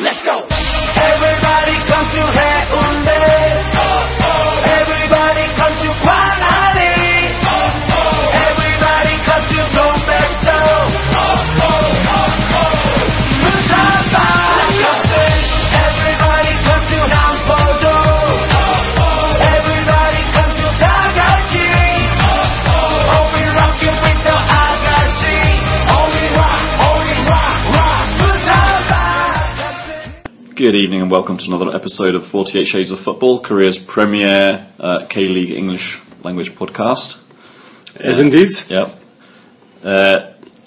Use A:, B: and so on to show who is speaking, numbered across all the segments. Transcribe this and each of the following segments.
A: Let's go.
B: Everybody come to Haeundae. Everybody come to Gwanghwaneari. Everybody come to Dongbaek Seoul. Busan-ba. Everybody come to Nampo-do. Everybody come to Da-Gachi. Only rockin' with the Agashi. Only rock, only rock, rock. Busan-ba.
C: Good evening and welcome to another episode of 48 Shades of Football, Korea's premier uh, K League English language podcast.
D: Yes, indeed.
C: Yep. Uh,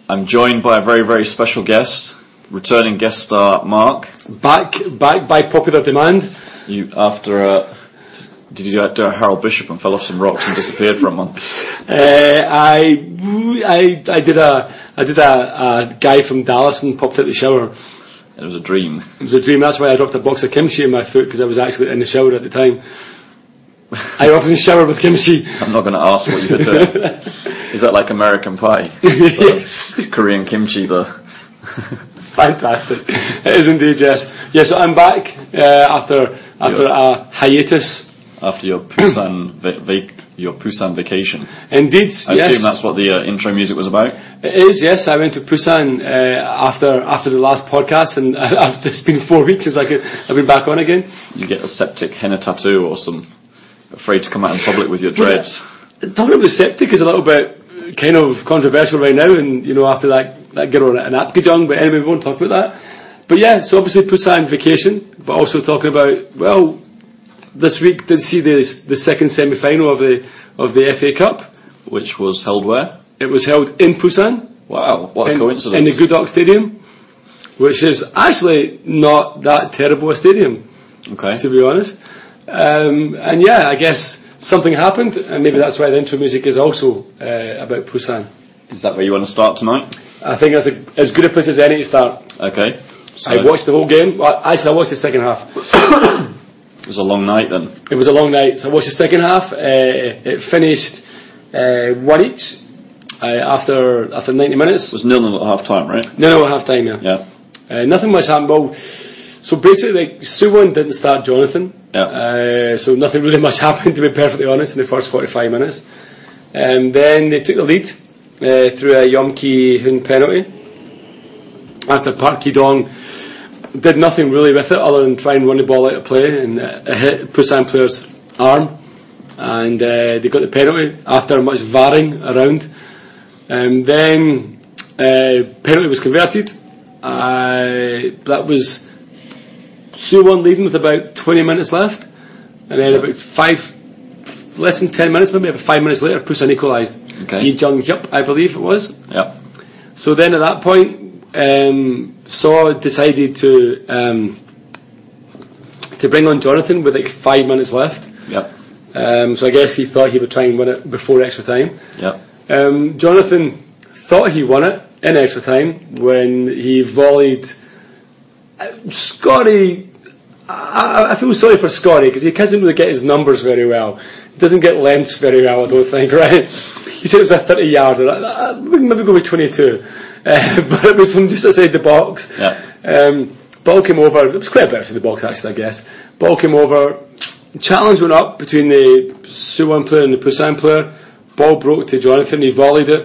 C: I'm joined by a very, very special guest, returning guest star Mark.
D: Back, back by popular demand.
C: You after uh, did you do a- do a Harold Bishop and fell off some rocks and disappeared for a month?
D: Uh, I, I, I did a, I did a, a guy from Dallas and popped out the shower.
C: It was a dream.
D: It was a dream. That's why I dropped a box of kimchi in my foot because I was actually in the shower at the time. I often shower with kimchi.
C: I'm not going to ask what you were doing. Is that like American Pie?
D: yes,
C: Korean kimchi, though.
D: fantastic. It is indeed. Yes, yes. So I'm back uh, after after a hiatus.
C: After your Busan, va- vac- your Busan vacation.
D: Indeed.
C: I
D: yes.
C: assume that's what the uh, intro music was about.
D: It is, yes. I went to Busan uh, after after the last podcast, and after it's been four weeks since I could, I've been back on again.
C: You get a septic henna tattoo or some afraid to come out in public with your dreads.
D: Talking about septic is a little bit kind of controversial right now, and you know after that that girl in Apgejong, but anyway, we won't talk about that. But yeah, so obviously Busan vacation, but also talking about well, this week did see the the second semi final of the of the FA Cup.
C: Which was held where?
D: It was held in Busan.
C: Wow, what a
D: in,
C: coincidence.
D: in the Gudok Stadium, which is actually not that terrible a stadium,
C: okay.
D: to be honest. Um, and yeah, I guess something happened, and maybe that's why the intro music is also uh, about Busan.
C: Is that where you want to start tonight?
D: I think that's a, as good a place as any to start.
C: Okay. So
D: I watched the whole game. Well, actually, I watched the second half.
C: It was a long night then.
D: It was a long night. So I watched the second half. Uh, it finished uh, one each uh, after after 90
C: It
D: minutes.
C: was nil nil at half time, right?
D: No, no, half time,
C: Yeah.
D: Uh, nothing much happened. Well, so basically, like, Suwon didn't start Jonathan.
C: Yeah.
D: Uh, so nothing really much happened, to be perfectly honest, in the first 45 minutes. And then they took the lead uh, through a Yomki Hoon penalty. After Park Ki-dong did nothing really with it other than try and run the ball out of play and uh, it hit Busan player's arm. And uh, they got the penalty after much varring around. Um, then uh, penalty was converted. Uh, that was Suwon leading with about 20 minutes left, and then about five, less than 10 minutes, maybe about five minutes later, Busan equalised.
C: Okay.
D: Yi Jung Hyup, I believe it was.
C: Yeah.
D: So then at that point, um, Saw decided to um, to bring on Jonathan with like five minutes left.
C: Yeah.
D: Um, so I guess he thought he would try and win it before extra time.
C: Yeah.
D: Um, Jonathan thought he won it in extra time when he volleyed. Uh, Scotty, I, I- I feel sorry for Scotty because he doesn't really get his numbers very well. He doesn't get lengths very well, I don't think, right? He said it was a 30 yarder. I- I- We can maybe go with 22. Uh, but it was from just outside the box.
C: Yeah.
D: Um, ball came over. It was quite a bit outside the box, actually, I guess. Ball came over. Challenge went up between the Suwon player and the Busan player. Ball broke to Jonathan. He volleyed it.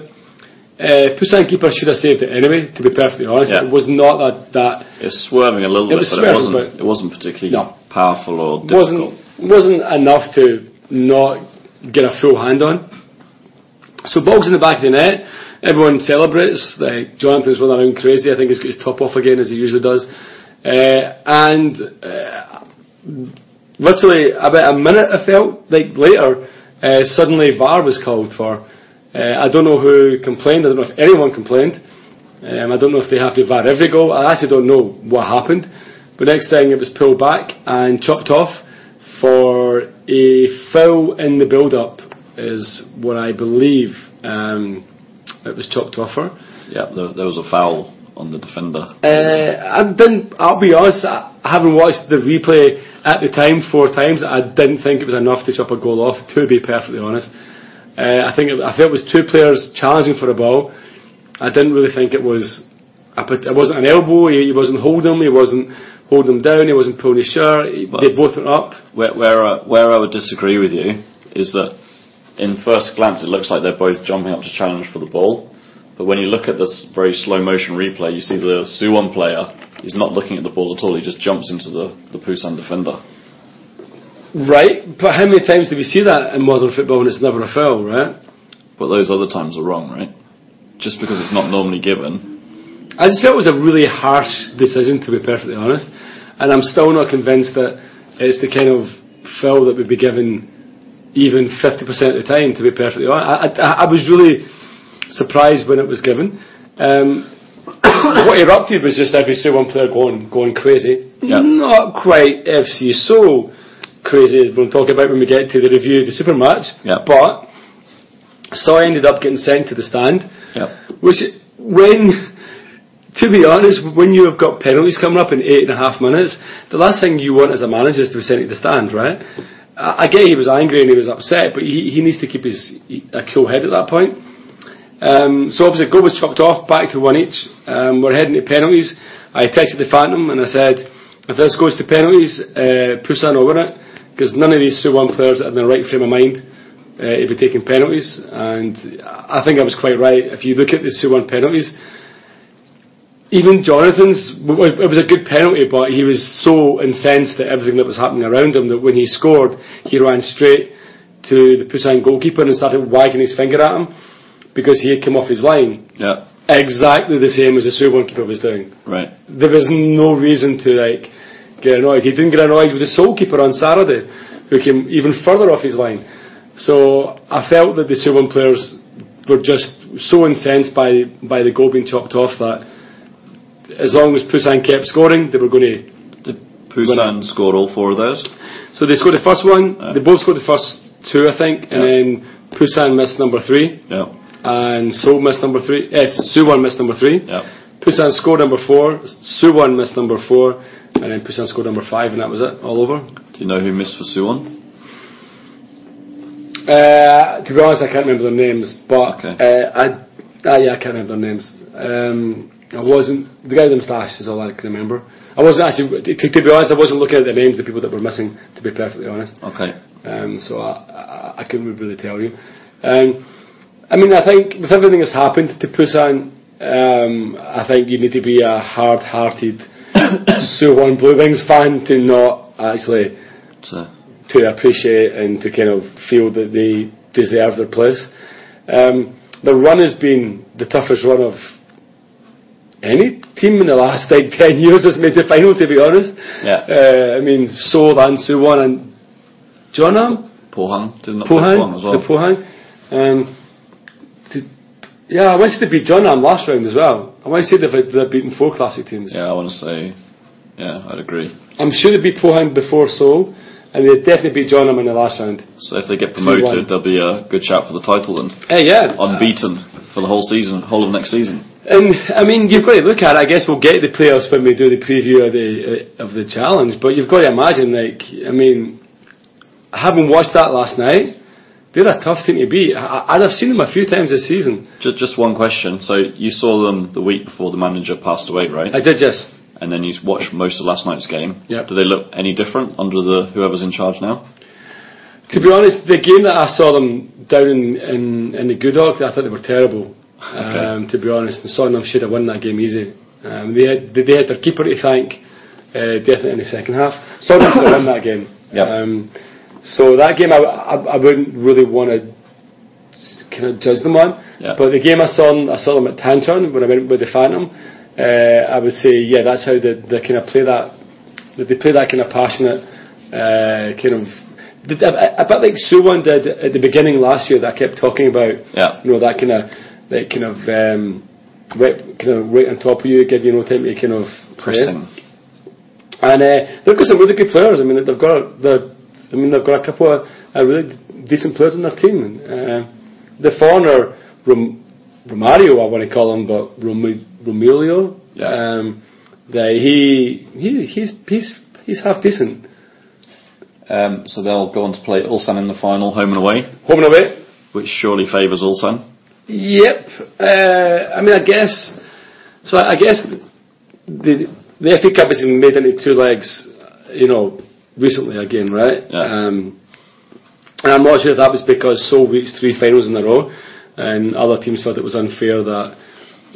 D: Uh, Busan keeper should have saved it anyway, to be perfectly honest.
C: Yeah.
D: It was not that. that
C: It was swerving a little
D: It
C: bit,
D: was
C: but it
D: swerving,
C: wasn't.
D: but-
C: It wasn't particularly
D: No.
C: powerful or difficult.
D: wasn't wasn't enough to not get a full hand on. So ball's in the back of the net. Everyone celebrates. Like Jonathan's running around crazy. I think he's got his top off again as he usually does. Uh, and uh, literally about a minute, I felt like later, uh, suddenly VAR was called for. Uh, I don't know who complained. I don't know if anyone complained. Um, I don't know if they have to VAR every goal. I actually don't know what happened. But next thing, it was pulled back and chopped off for a foul in the build-up, is what I believe um, it was chopped off for.
C: Yeah. There, there was a foul on the defender.
D: Uh, I didn't. I'll be honest. I, having watched the replay at the time four times, I didn't think it was enough to chop a goal off. To be perfectly honest, uh, I think it, I felt it was two players challenging for a ball. I didn't really think it was. I put, it wasn't an elbow. He, he wasn't holding him. He wasn't holding him down. He wasn't pulling his shirt. He-
C: But-
D: they both went up.
C: Where, where, I, where I would disagree with you is that in first glance it looks like they're both jumping up to challenge for the ball, but when you look at this very slow motion replay, you see the Suwon player is not looking at the ball at all. He just jumps into the, the Busan defender.
D: Right, but how many times do we see that in modern football and it's never a foul, right?
C: But those other times are wrong, right? Just because it's not normally given.
D: I just felt it was a really harsh decision, to be perfectly honest. And I'm still not convinced that it's the kind of foul that would be given even 50% of the time, to be perfectly honest. I, I, I was really surprised when it was given. Um, what erupted was just every one player going, going crazy.
C: Yeah.
D: Not quite FC so crazy as we'll talk about when we get to the review of the super match.
C: Yeah.
D: But Saw ended up getting sent to the stand.
C: Yeah.
D: Which, when, to be honest, when you have got penalties coming up in eight and a half minutes, the last thing you want as a manager is to be sent to the stand, right? I, I get he was angry and he was upset, but he, he needs to keep his a cool head at that point. Um, so obviously, goal was chopped off, back to one each. Um, we're heading to penalties. I texted the Phantom and I said, if this goes to penalties, uh, Pusan will win it, because none of these Suwon players that are in the right frame of mind uh, he'd be taking penalties. And I think I was quite right. If you look at the Suwon penalties, even Jonathan's, it was a good penalty, but he was so incensed at everything that was happening around him that when he scored, he ran straight to the Busan goalkeeper and started wagging his finger at him because he had come off his line.
C: Yeah.
D: Exactly the same as the Suwon keeper was doing
C: Right.
D: there was no reason to like get annoyed. He didn't get annoyed with the sole keeper on Saturday, who came even further off his line. So I felt that the Suwon players were just so incensed by by the goal being chopped off that as long as Pusan kept scoring, they were going to.
C: Did Busan scored all four of those?
D: So they scored the first one.
C: Yeah.
D: They both scored the first two, I think,
C: Uh.
D: and
C: Yeah.
D: then Pusan missed number three,
C: Yeah.
D: and Seoul missed number three. Yes, Suwon missed number three.
C: Yeah.
D: Busan scored number four, Suwon missed number four, and then Busan scored number five, and that was it, all over.
C: Do you know who missed for Suwon?
D: Uh, to be honest, I can't remember their names, but
C: Okay.
D: uh, I, ah, yeah, I can't remember their names. Um, I wasn't the guy with the moustache is all I can remember. I wasn't actually to, to be honest. I wasn't looking at the names of the people that were missing. To be perfectly honest,
C: Okay.
D: um, so I, I, I couldn't really tell you. Um, I mean, I think with everything that's happened to Busan, um, I think you need to be a hard-hearted Suwon Blue Wings fan to not actually
C: So,
D: to appreciate and to kind of feel that they deserve their place. Um, the run has been the toughest run of any team in the last like ten years has made the final. To be honest,
C: Yeah.
D: Uh, I mean, Seoul and Suwon and Jeonnam,
C: Pohang did not play
D: Pohang,
C: Pohang as well.
D: is it Pohang? Um, to- yeah, I wanted to beat Jeonnam last round as well. I want to say they've, they've beaten four classic teams.
C: Yeah, I want to say, yeah, I'd agree.
D: I'm sure they beat Pohang before Seoul, and they definitely beat Jeonnam in the last round.
C: So if they get
D: Two-one.
C: promoted, they'll be a good shout for the title then.
D: Hey, yeah,
C: Unbeaten for the whole season, whole of next season.
D: And I mean, you've got to look at. it. I guess we'll get the playoffs when we do the preview of the uh, of the challenge. But you've got to imagine, like, I mean, having watched that last night, they're a tough team to beat. I, and I've seen them a few times this season.
C: Just, just one question. So you saw them the week before the manager passed away, right?
D: I did just.
C: and then you watched most of last night's game.
D: Yep.
C: Do they look any different under the whoever's in charge now?
D: To be honest, the game that I saw them down in in, in the Gudog, I thought they were terrible. Um, to be honest, and Sonam should have won that game easy. Um, they had they had their keeper to thank, uh, definitely in the second half. Sonam should have won that game.
C: Yep.
D: Um, so that game I, I, I wouldn't really want to kind of judge them on.
C: Yeah.
D: But the game I saw them, I saw them at Tantron when I went with the Phantom. Uh, I would say yeah, that's how they, they kind of play that. That they play that kind of passionate uh, kind of. did- A, a bit like Suwon did at the beginning last year that I kept talking about.
C: Yeah.
D: You know that kind of that kind of um, right, kind of right on top of you, give you no time to kind of play.
C: Pressing.
D: And uh, they've got some really good players. I mean, they've got the, I mean, they've got a couple of uh, really decent players in their team. Uh, the foreigner Rom- Romario, I want to call him, but Rom- Romilio.
C: Yeah.
D: Um, they, he, he he's he's he's half decent.
C: Um, so they'll go on to play Ulsan in the final, home and away,
D: Home and away.
C: which surely favours Ulsan.
D: Yep. Uh, I mean, I guess. So I I guess the the FA Cup has been made into two legs, you know, recently again, right?
C: Yeah.
D: Um, and I'm not sure if that was because Seoul reached three finals in a row, and other teams felt it was unfair that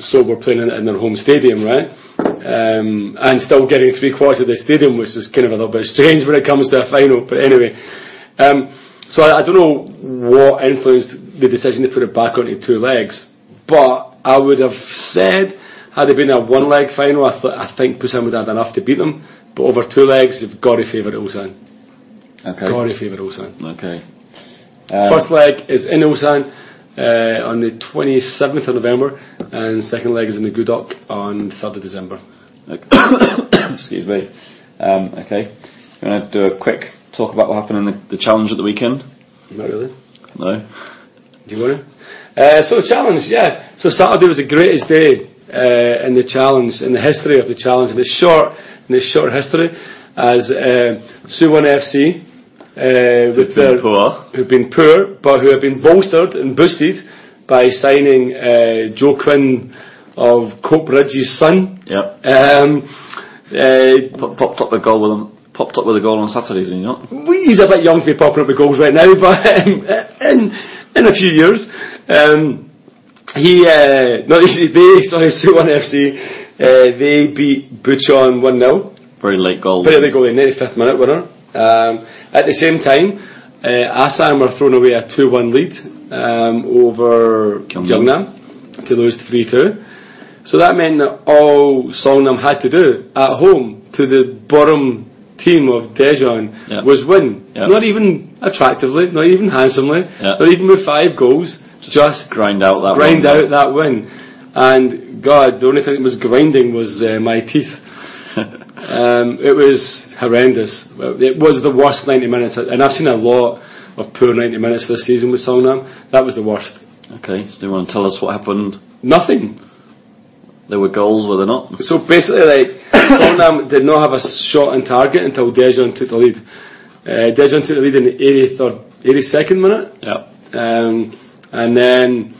D: Seoul were playing in, in their home stadium, right? Um, and still getting three quarters of the stadium, which is kind of a little bit strange when it comes to a final. But anyway, um, so I, I don't know what influenced the decision to put it back onto two legs, but I would have said had it been a one leg final, I, th- I think Busan would have had enough to beat them. But over two legs, you've got to favour Ulsan.
C: Okay.
D: Got to favour Ulsan.
C: Okay. Um,
D: First leg is in Ulsan uh, on the 27th of November, and second leg is in the Gudok on 3rd of December.
C: Okay. Excuse me. Um, okay. You want to do a quick talk about what happened in the, the challenge at the weekend?
D: Not really.
C: No?
D: Do you want to? Uh, so the challenge, yeah. So Saturday was the greatest day uh, in the challenge, in the history of the challenge, in the short, in the short history, as uh, Suwon FC uh, with their
C: Poor.
D: who've been poor but who have been bolstered and boosted by signing uh, Joe Quinn of Cope Ridge's son.
C: Yep.
D: Um, uh,
C: Pop, popped up the goal with him. Popped up with a goal on Saturday, did he not?
D: we- he's a bit young to be popping up with goals right now, but um, in in a few years, um, he uh, no, they sorry, Suwon FC, uh, they beat Buchon one 0
C: Very late goal.
D: But there we go, the 95th minute winner. Um, at the same time, uh, Assam are throwing away a 2 1 lead um, over
C: Gyeongnam.
D: Gyeongnam to lose 3 2. So that meant that all Songnam had to do at home to the bottom team of Daejeon
C: Yeah.
D: was win.
C: Yeah.
D: Not even attractively, not even handsomely,
C: Yeah.
D: not even with five goals, just
C: grind out that
D: grind
C: one.
D: out that win. And God, the only thing that was grinding was uh, my teeth. um, it was horrendous. It was the worst 90 minutes, and I've seen a lot of poor 90 minutes this season with Songnam. That was the worst.
C: Okay, so do you want to tell us what happened?
D: Nothing.
C: There were goals, were there not?
D: So basically, like Songnam did not have a shot on target until Dejon took the lead. Uh, Dejon took the lead in the 83rd, 82nd minute.
C: Yeah.
D: Um, and then,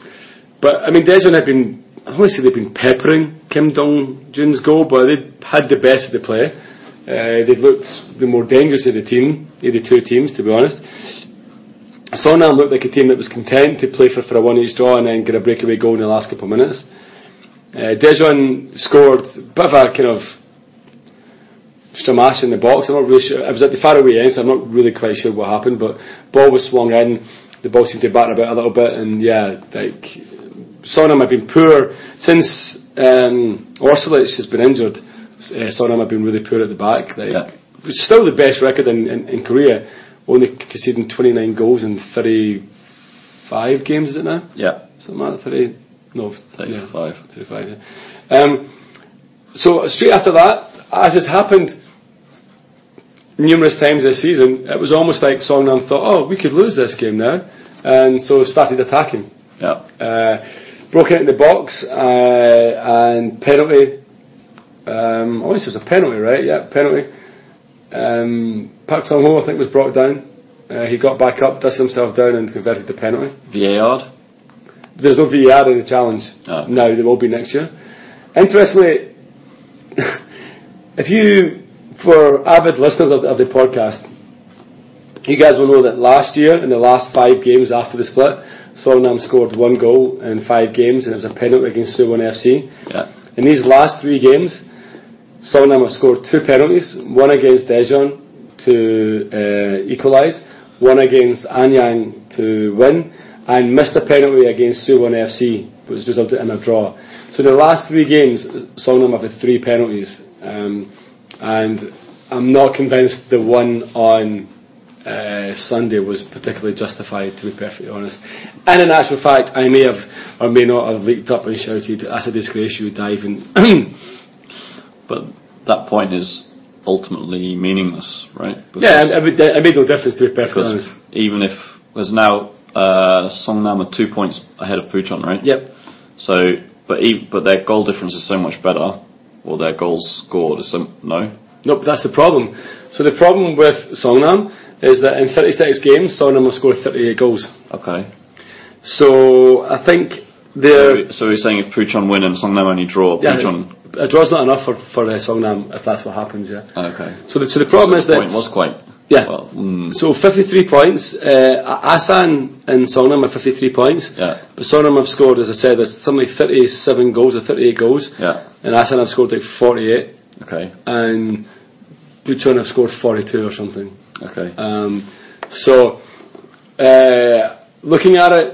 D: but I mean, Dejon had been, I want to say they've been peppering Kim Dong Jun's goal, but they had the best of the play. Uh, they looked the more dangerous of the team, of the two teams, to be honest. Sonam looked like a team that was content to play for, for a one each draw and then get a breakaway goal in the last couple of minutes. Uh, Dejon scored a bit of a kind of Stramash in the box. I'm not really sure. I was at the faraway end, so I'm not really quite sure what happened. But ball was swung in. The ball seemed to batter about a little bit, and yeah, like Sonam have been poor since um, Orsulic has been injured. Uh, Sonam have been really poor at the back. Like,
C: Yeah.
D: it's still the best record in, in, in Korea, only conceding 29 goals in 35 games. Is it now?
C: Yeah.
D: Something like that. 30, no, yeah.
C: 35.
D: To the five, yeah. Um, so straight after that, as has happened numerous times this season, it was almost like Songnam thought, "Oh, we could lose this game now," and so started attacking.
C: Yeah.
D: Uh, broke into the box uh, and penalty. Um, I always it was a penalty, right? Yeah, penalty. Um, Park Sung Ho, I think, was brought down. Uh, he got back up, dusted himself down, and converted the penalty.
C: VAR?
D: There's no VAR in the challenge
C: Oh.
D: now. There will be next year. Interestingly, if you, for avid listeners of, of the podcast, you guys will know that last year, in the last five games after the split, Songnam scored one goal in five games, and it was a penalty against Suwon FC.
C: Yeah.
D: In these last three games, Songnam have scored two penalties, one against Daejeon to uh, equalise, one against Anyang to win, and missed a penalty against Suwon FC, which resulted in a draw. So the last three games, Songnam have had three penalties, um, and I'm not convinced the one on uh, Sunday was particularly justified, to be perfectly honest. And in actual fact, I may have or may not have leaped up and shouted, "That's a disgrace, you diving."
C: But that point is ultimately meaningless, right? Because,
D: yeah, I, I, made, I made no difference, to be perfectly
C: because
D: honest.
C: even if there's now uh, Songnam are two points ahead of Puchon, right?
D: Yep.
C: So, but e but their goal difference is so much better, or their goals scored is so no.
D: No, but that's the problem. So the problem with Songnam is that in 36 games, Songnam will score 38 goals.
C: Okay.
D: So I think
C: So
D: they're
C: we- so we're saying if Puchon win and Songnam only draw,
D: Yeah,
C: Puchon
D: a draw's not enough for for uh, Songnam if that's what happens. Yeah.
C: Okay.
D: So the so the problem is that
C: Point was quite.
D: yeah.
C: Well, mm,
D: So 53 points. Uh, A- Asan and Songnam have 53 points.
C: Yeah.
D: But Songnam have scored, as I said, there's something like 37 goals or 38 goals.
C: Yeah.
D: And Asan have scored like 48.
C: okay.
D: And Bucheon have scored 42 or something.
C: Okay.
D: Um, so, uh, looking at it,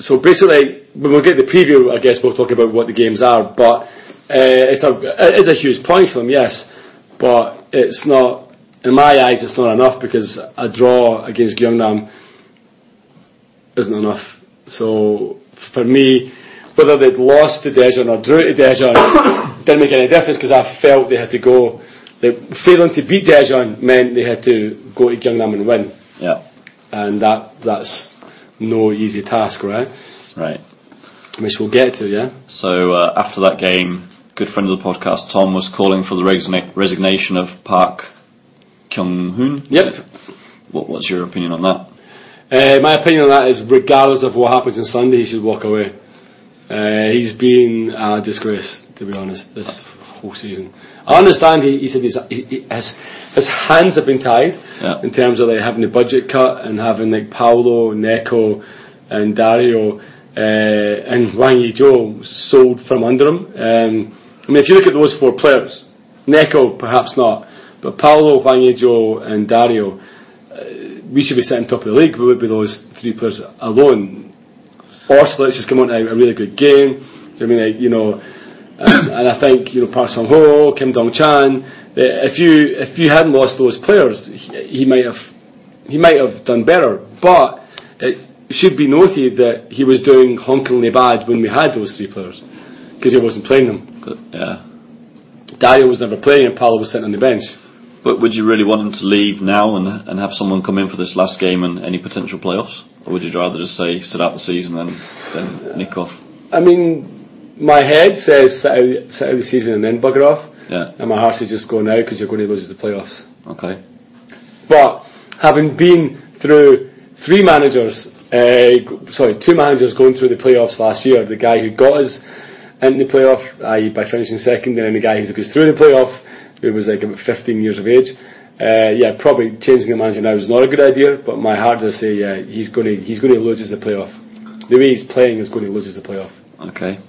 D: so basically, when we get the preview, I guess we'll talk about what the games are, but uh, it's a, it is a huge point for them, yes, but it's not, in my eyes, it's not enough because a draw against Gyeongnam isn't enough. So, for me, whether they'd lost to Dejan or drew to Dejan didn't make any difference because I felt they had to go. They, failing to beat Dejan meant they had to go to Gyeongnam and win,
C: yeah.
D: and that that's no easy task, right?
C: Right.
D: Which we'll get to, yeah.
C: So uh, after that game, good friend of the podcast, Tom, was calling for the resigna- resignation of Park Kyung Hoon.
D: Yep.
C: What, what's your opinion on that?
D: Uh, my opinion on that is, regardless of what happens on Sunday, he should walk away. Uh, he's been a disgrace, to be honest, this whole season. I understand he, he said his, he, he- his, his hands have been tied
C: Yeah.
D: in terms of like, having the budget cut and having like Paolo, Neko, and Dario uh, and Wang Yijo sold from under him. Um, I mean, if you look at those four players, Neko perhaps not, but Paolo, Wang Yijo, and Dario, we should be sitting top of the league. We would be those three players alone. Orslitz has come on to a really good game. Do you know what I mean? Like, you know, and, and I think you know Park Sung Ho, Kim Dong Chan. eh, If you if you hadn't lost those players, he, he might have he might have done better. But it should be noted that he was doing honkingly bad when we had those three players because he wasn't playing them.
C: Good, Yeah.
D: Dario was never playing, and Paolo was sitting on the bench.
C: But would you really want him to leave now and and have someone come in for this last game and any potential playoffs, or would you rather just say sit out the season and then nick off?
D: I mean, my head says sit out, sit out the season and then bugger off.
C: Yeah.
D: And my heart is just going out because you're going to lose the playoffs.
C: Okay.
D: But having been through three managers, uh, g- sorry, two managers going through the playoffs last year, the guy who got us into the playoff, i.e. by finishing second, and then the guy who took us through the playoff, who was like about 15 years of age, uh, yeah, probably changing the manager now is not a good idea, but my heart does say, yeah, he's going to, he's going to lose us the playoff. The way he's playing is going to lose us the playoff.
C: Okay.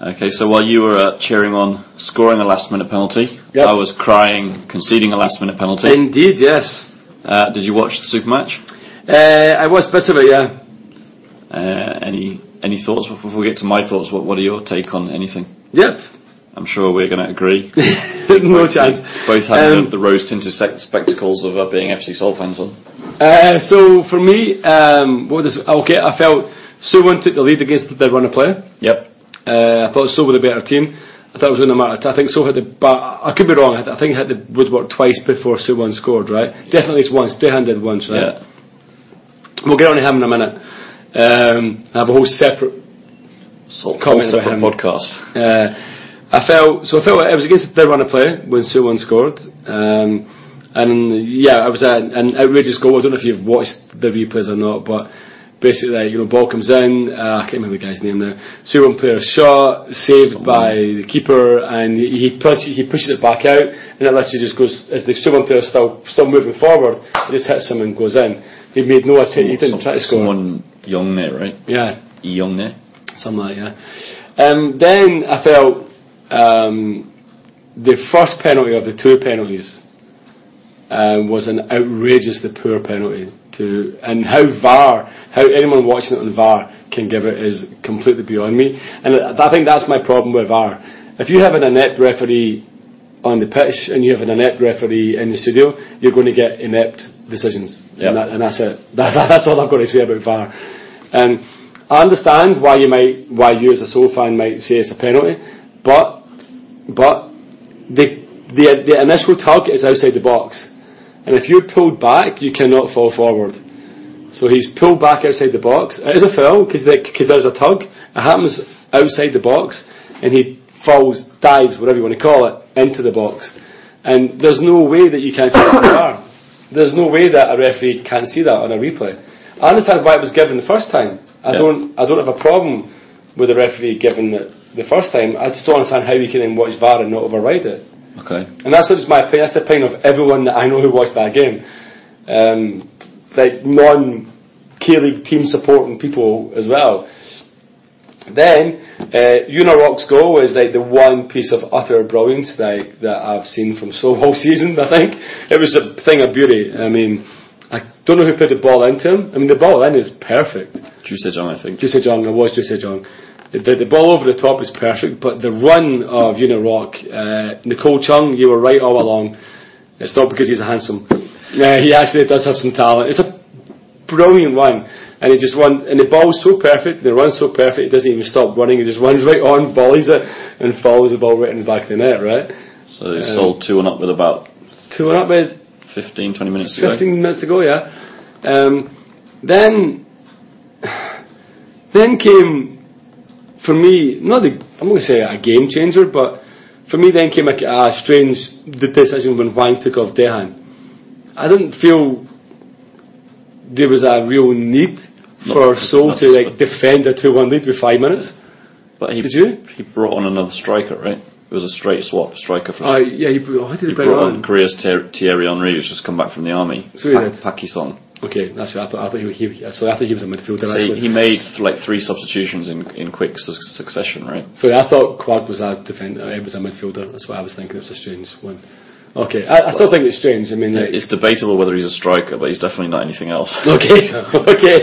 C: Okay, so while you were uh, cheering on scoring a last minute penalty,
D: Yep.
C: I was crying conceding a last minute penalty.
D: Indeed, yes.
C: Uh, did you watch the super match?
D: Uh, I was bits of it, yeah.
C: Uh, any any thoughts before we get to my thoughts? What what are your take on anything?
D: Yep.
C: I'm sure we're going to agree.
D: no chance.
C: Both having
D: Um,
C: the, the rose tinted spectacles of uh, being FC Sol fans on.
D: Uh, so for me, um, what was okay? I felt Suwon took the lead against their run of play.
C: Yep.
D: Uh, I thought So were the better team. I thought it was going to matter. I think So hit the. Bar- I could be wrong. I, th- I think it hit the woodwork twice before Suwon scored. Right? Definitely it's once. They handed once. Right?
C: Yeah.
D: We'll get on to him in a minute. Um, I have a whole separate
C: Sol
D: Comment
C: Sol
D: about him.
C: podcast.
D: Uh, I felt so. I felt it was against their run of play when Suwon scored, um, and yeah, it was a, an outrageous goal. I don't know if you've watched the replays or not, but basically, you know, ball comes in. Uh, I can't remember the guy's name now. Suwon player shot, saved by the keeper, and he punches, he pushes it back out, and it literally just goes as the Suwon player still still moving forward, it just hits him and goes in. He made no attempt. He didn't
C: Some-
D: try to score.
C: Someone young there, right?
D: Yeah.
C: Young there.
D: Something like that. Um, then I felt um, the first penalty of the two penalties um, was an outrageously poor penalty. To and how VAR, how anyone watching it on VAR can give it is completely beyond me. And I I think that's my problem with VAR. If you have an inept referee on the pitch and you have an inept referee in the studio, you're going to get inept decisions.
C: Yep.
D: And, that, and that's it. That, that's all I've got to say about VAR. Um, I understand why you might, why you as a Soul fan might say it's a penalty, but, but the, the, the initial tug is outside the box. And if you're pulled back, you cannot fall forward. So he's pulled back outside the box. It is a foul because there's a tug. It happens outside the box, and he falls, dives, whatever you want to call it, into the box. And there's no way that you can't see it from the bar. There's no way that a referee can't see that on a replay. I understand why it was given the first time. I
C: Yeah.
D: don't. I don't have a problem with a referee given that the first time, I just don't understand how we can then watch VAR and not override it.
C: Okay.
D: And that's not just my opinion, that's the opinion of everyone that I know who watched that game. Um, like non K League team supporting people as well. Then, uh, Unirock's goal is like the one piece of utter brilliance like, that I've seen from so all season, I think. It was a thing of beauty. I mean, I don't know who put the ball into him. I mean, the ball in is perfect.
C: Juicy John, I think.
D: Juicy Jong, it was Juicy Jong. The, the ball over the top is perfect, but the run of Unirock, uh, Nicole Chung, you were right all along. It's not because he's handsome. Uh, he actually does have some talent. It's a brilliant run, and he just run, and the ball's so perfect, the run's so perfect, he doesn't even stop running. He just runs right on, volleys it, and follows the ball right in the back of the net. Right,
C: So
D: Um,
C: they sold two and up with about
D: two and up with
C: 15, 20 minutes to go.
D: 15 minutes ago, yeah. Um, then, then came, for me, not the, I'm going to say a game changer, but for me then came a, a strange d- decision when Wang took off Dehan. I didn't feel there was a real need for Seoul
C: not
D: to
C: just
D: like defend a 2-1 lead with five minutes.
C: But he,
D: Did you?
C: He brought on another striker, right? It was a straight swap, striker for.
D: Uh, yeah, he, oh, he
C: he
D: did he bring
C: brought on
D: on.
C: Korea's Thier- Thierry Henry, who's just come back from the army.
D: So he did.
C: Paki Song.
D: Okay, that's right. I thought, I thought he, he, sorry, I thought he was a midfielder.
C: So
D: actually.
C: he, he made like three substitutions in in quick su- succession, right?
D: Sorry, I thought Quag was a defender. It was a midfielder. That's what I was thinking. It was a strange one. Okay, I, I still think it's strange. I mean, like,
C: It's debatable whether he's a striker, but he's definitely not anything else.
D: okay, okay.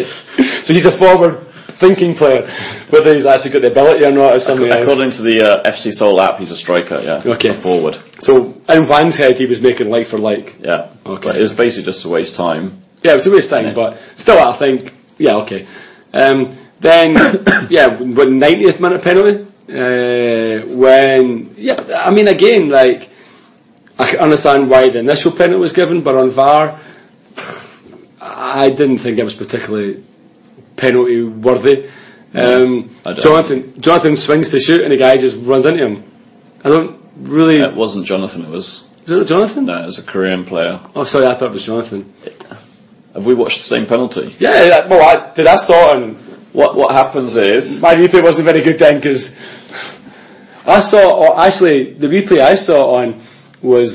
D: So he's a forward-thinking player. Whether he's actually got the ability or not is something else.
C: According to the uh, FC Seoul app, he's a striker. Yeah.
D: Okay.
C: A forward.
D: So in Wang's head, he was making like for like.
C: Yeah.
D: Okay.
C: But it was basically just to waste time.
D: Yeah, it was a waste of time, but still, I think, yeah, okay. Um, then, yeah, what, 90th minute penalty? Uh, when, yeah, I mean, again, like, I can understand why the initial penalty was given, but on VAR, I didn't think it was particularly penalty worthy. Um,
C: I don't.
D: Jonathan, Jonathan swings to shoot, and the guy just runs into him. I don't really.
C: It wasn't Jonathan. It was
D: Is it Jonathan?
C: no. It was a Korean player.
D: Oh, sorry, I thought it was Jonathan.
C: Have we watched the same penalty?
D: Yeah, that- well, I, did I saw it and
C: What What happens is
D: my replay wasn't very good then because I saw or actually the replay I saw on was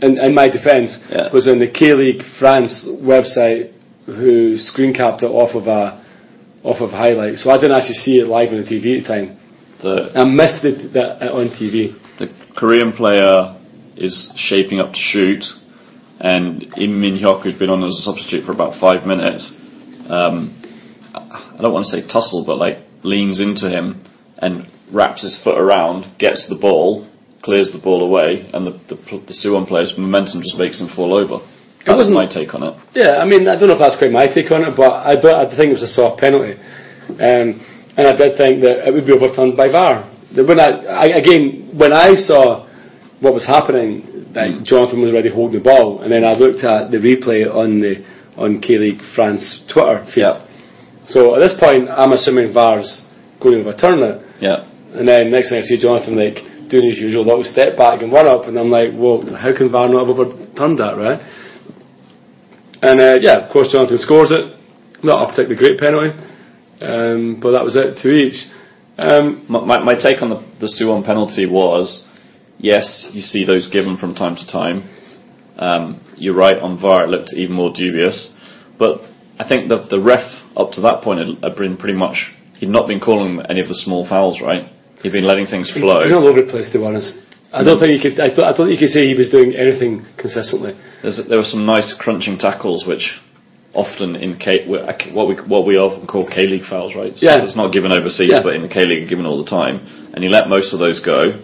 D: in, in my defence
C: Yeah.
D: was on the K League France website who screen capped it off of a off of highlight so I didn't actually see it live on the TV at the time
C: the
D: I missed it that, uh, on TV
C: the Korean player is shaping up to shoot, and Im Min Hyuk, who's been on as a substitute for about five minutes, um, I I don't want to say tussle, but like leans into him and wraps his foot around, gets the ball, clears the ball away, and the the, pl- the Suwon player's momentum just makes him fall over. That's
D: wasn't-
C: my take on it.
D: Yeah, I mean, I don't know if that's quite my take on it, but I, do, I think it was a soft penalty. Um, and I did think that it would be overturned by VAR. That When I, I, again, when I saw what was happening, that Jonathan was already holding the ball, and then I looked at the replay on the on K League France Twitter feed.
C: Yeah,
D: So at this point, I'm assuming VAR's going to overturn it.
C: yeah.
D: And then next thing I see Jonathan like doing his usual little step back and one up, and I'm like, well, how can VAR not have overturned that, right? And uh, yeah, of course Jonathan scores it. Not a particularly great penalty, um, but that was it to each. Um,
C: My, my, my take on the, the Suwon penalty was, yes, you see those given from time to time. Um, you're right, on VAR it looked even more dubious. But I think that the ref up to that point had, had been pretty much, he'd not been calling any of the small fouls, right? He'd been letting things
D: He's all
C: flow.
D: over the place, to be honest. I don't think you could. I don't, I don't think you could say he was doing anything consistently.
C: There's, there were some nice crunching tackles which often in K, what we what we often call K League fouls, right? So
D: Yeah.
C: It's not given overseas,
D: Yeah.
C: but in the K League given all the time, and he let most of those go.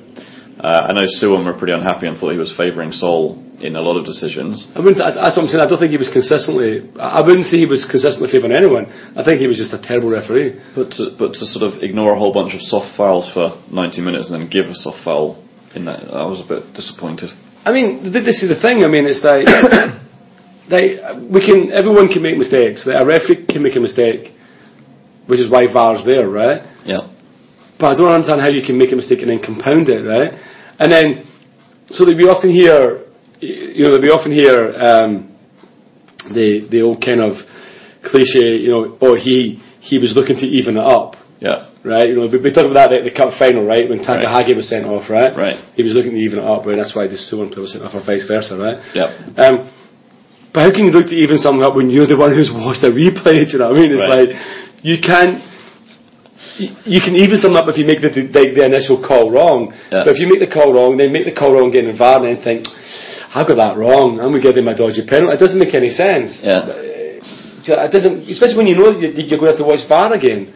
C: Uh, I know Suwon were pretty unhappy and thought he was favouring Seoul in a lot of decisions.
D: I wouldn't. I, that's what I'm saying. I don't think he was consistently. I I wouldn't say he was consistently favouring anyone. I think he was just a terrible referee.
C: But to, but to sort of ignore a whole bunch of soft fouls for 90 minutes and then give a soft foul in that, I was a bit disappointed.
D: I mean, th- this is the thing. I mean, it's like, like we can, everyone can make mistakes. Like, a referee can make a mistake, which is why VAR's there, right?
C: Yeah.
D: But I don't understand how you can make a mistake and then compound it, right? And then, so that we often hear, y- you know, that we often hear um, the the old kind of cliche, you know, oh he he was looking to even it up.
C: Yeah.
D: right? You know, we, we talked about that at the cup final, right? When Takahagi was sent off, right?
C: Right.
D: He was looking to even it up, right? That's why the Suwon player was sent off, or vice versa, right?
C: Yep.
D: Um, but how can you look to even something up when you're the one who's watched the replay? Do you know what I mean? It's
C: Right.
D: like you can't. You you can even sum up if you make the the, the initial call wrong.
C: Yeah.
D: But if you make the call wrong, then make the call wrong again in VAR, and then think, I got that wrong. I'm going to give them a dodgy penalty. It doesn't make any sense.
C: Yeah.
D: Do you know, it doesn't, especially when you know that you- you're going to have to watch VAR again.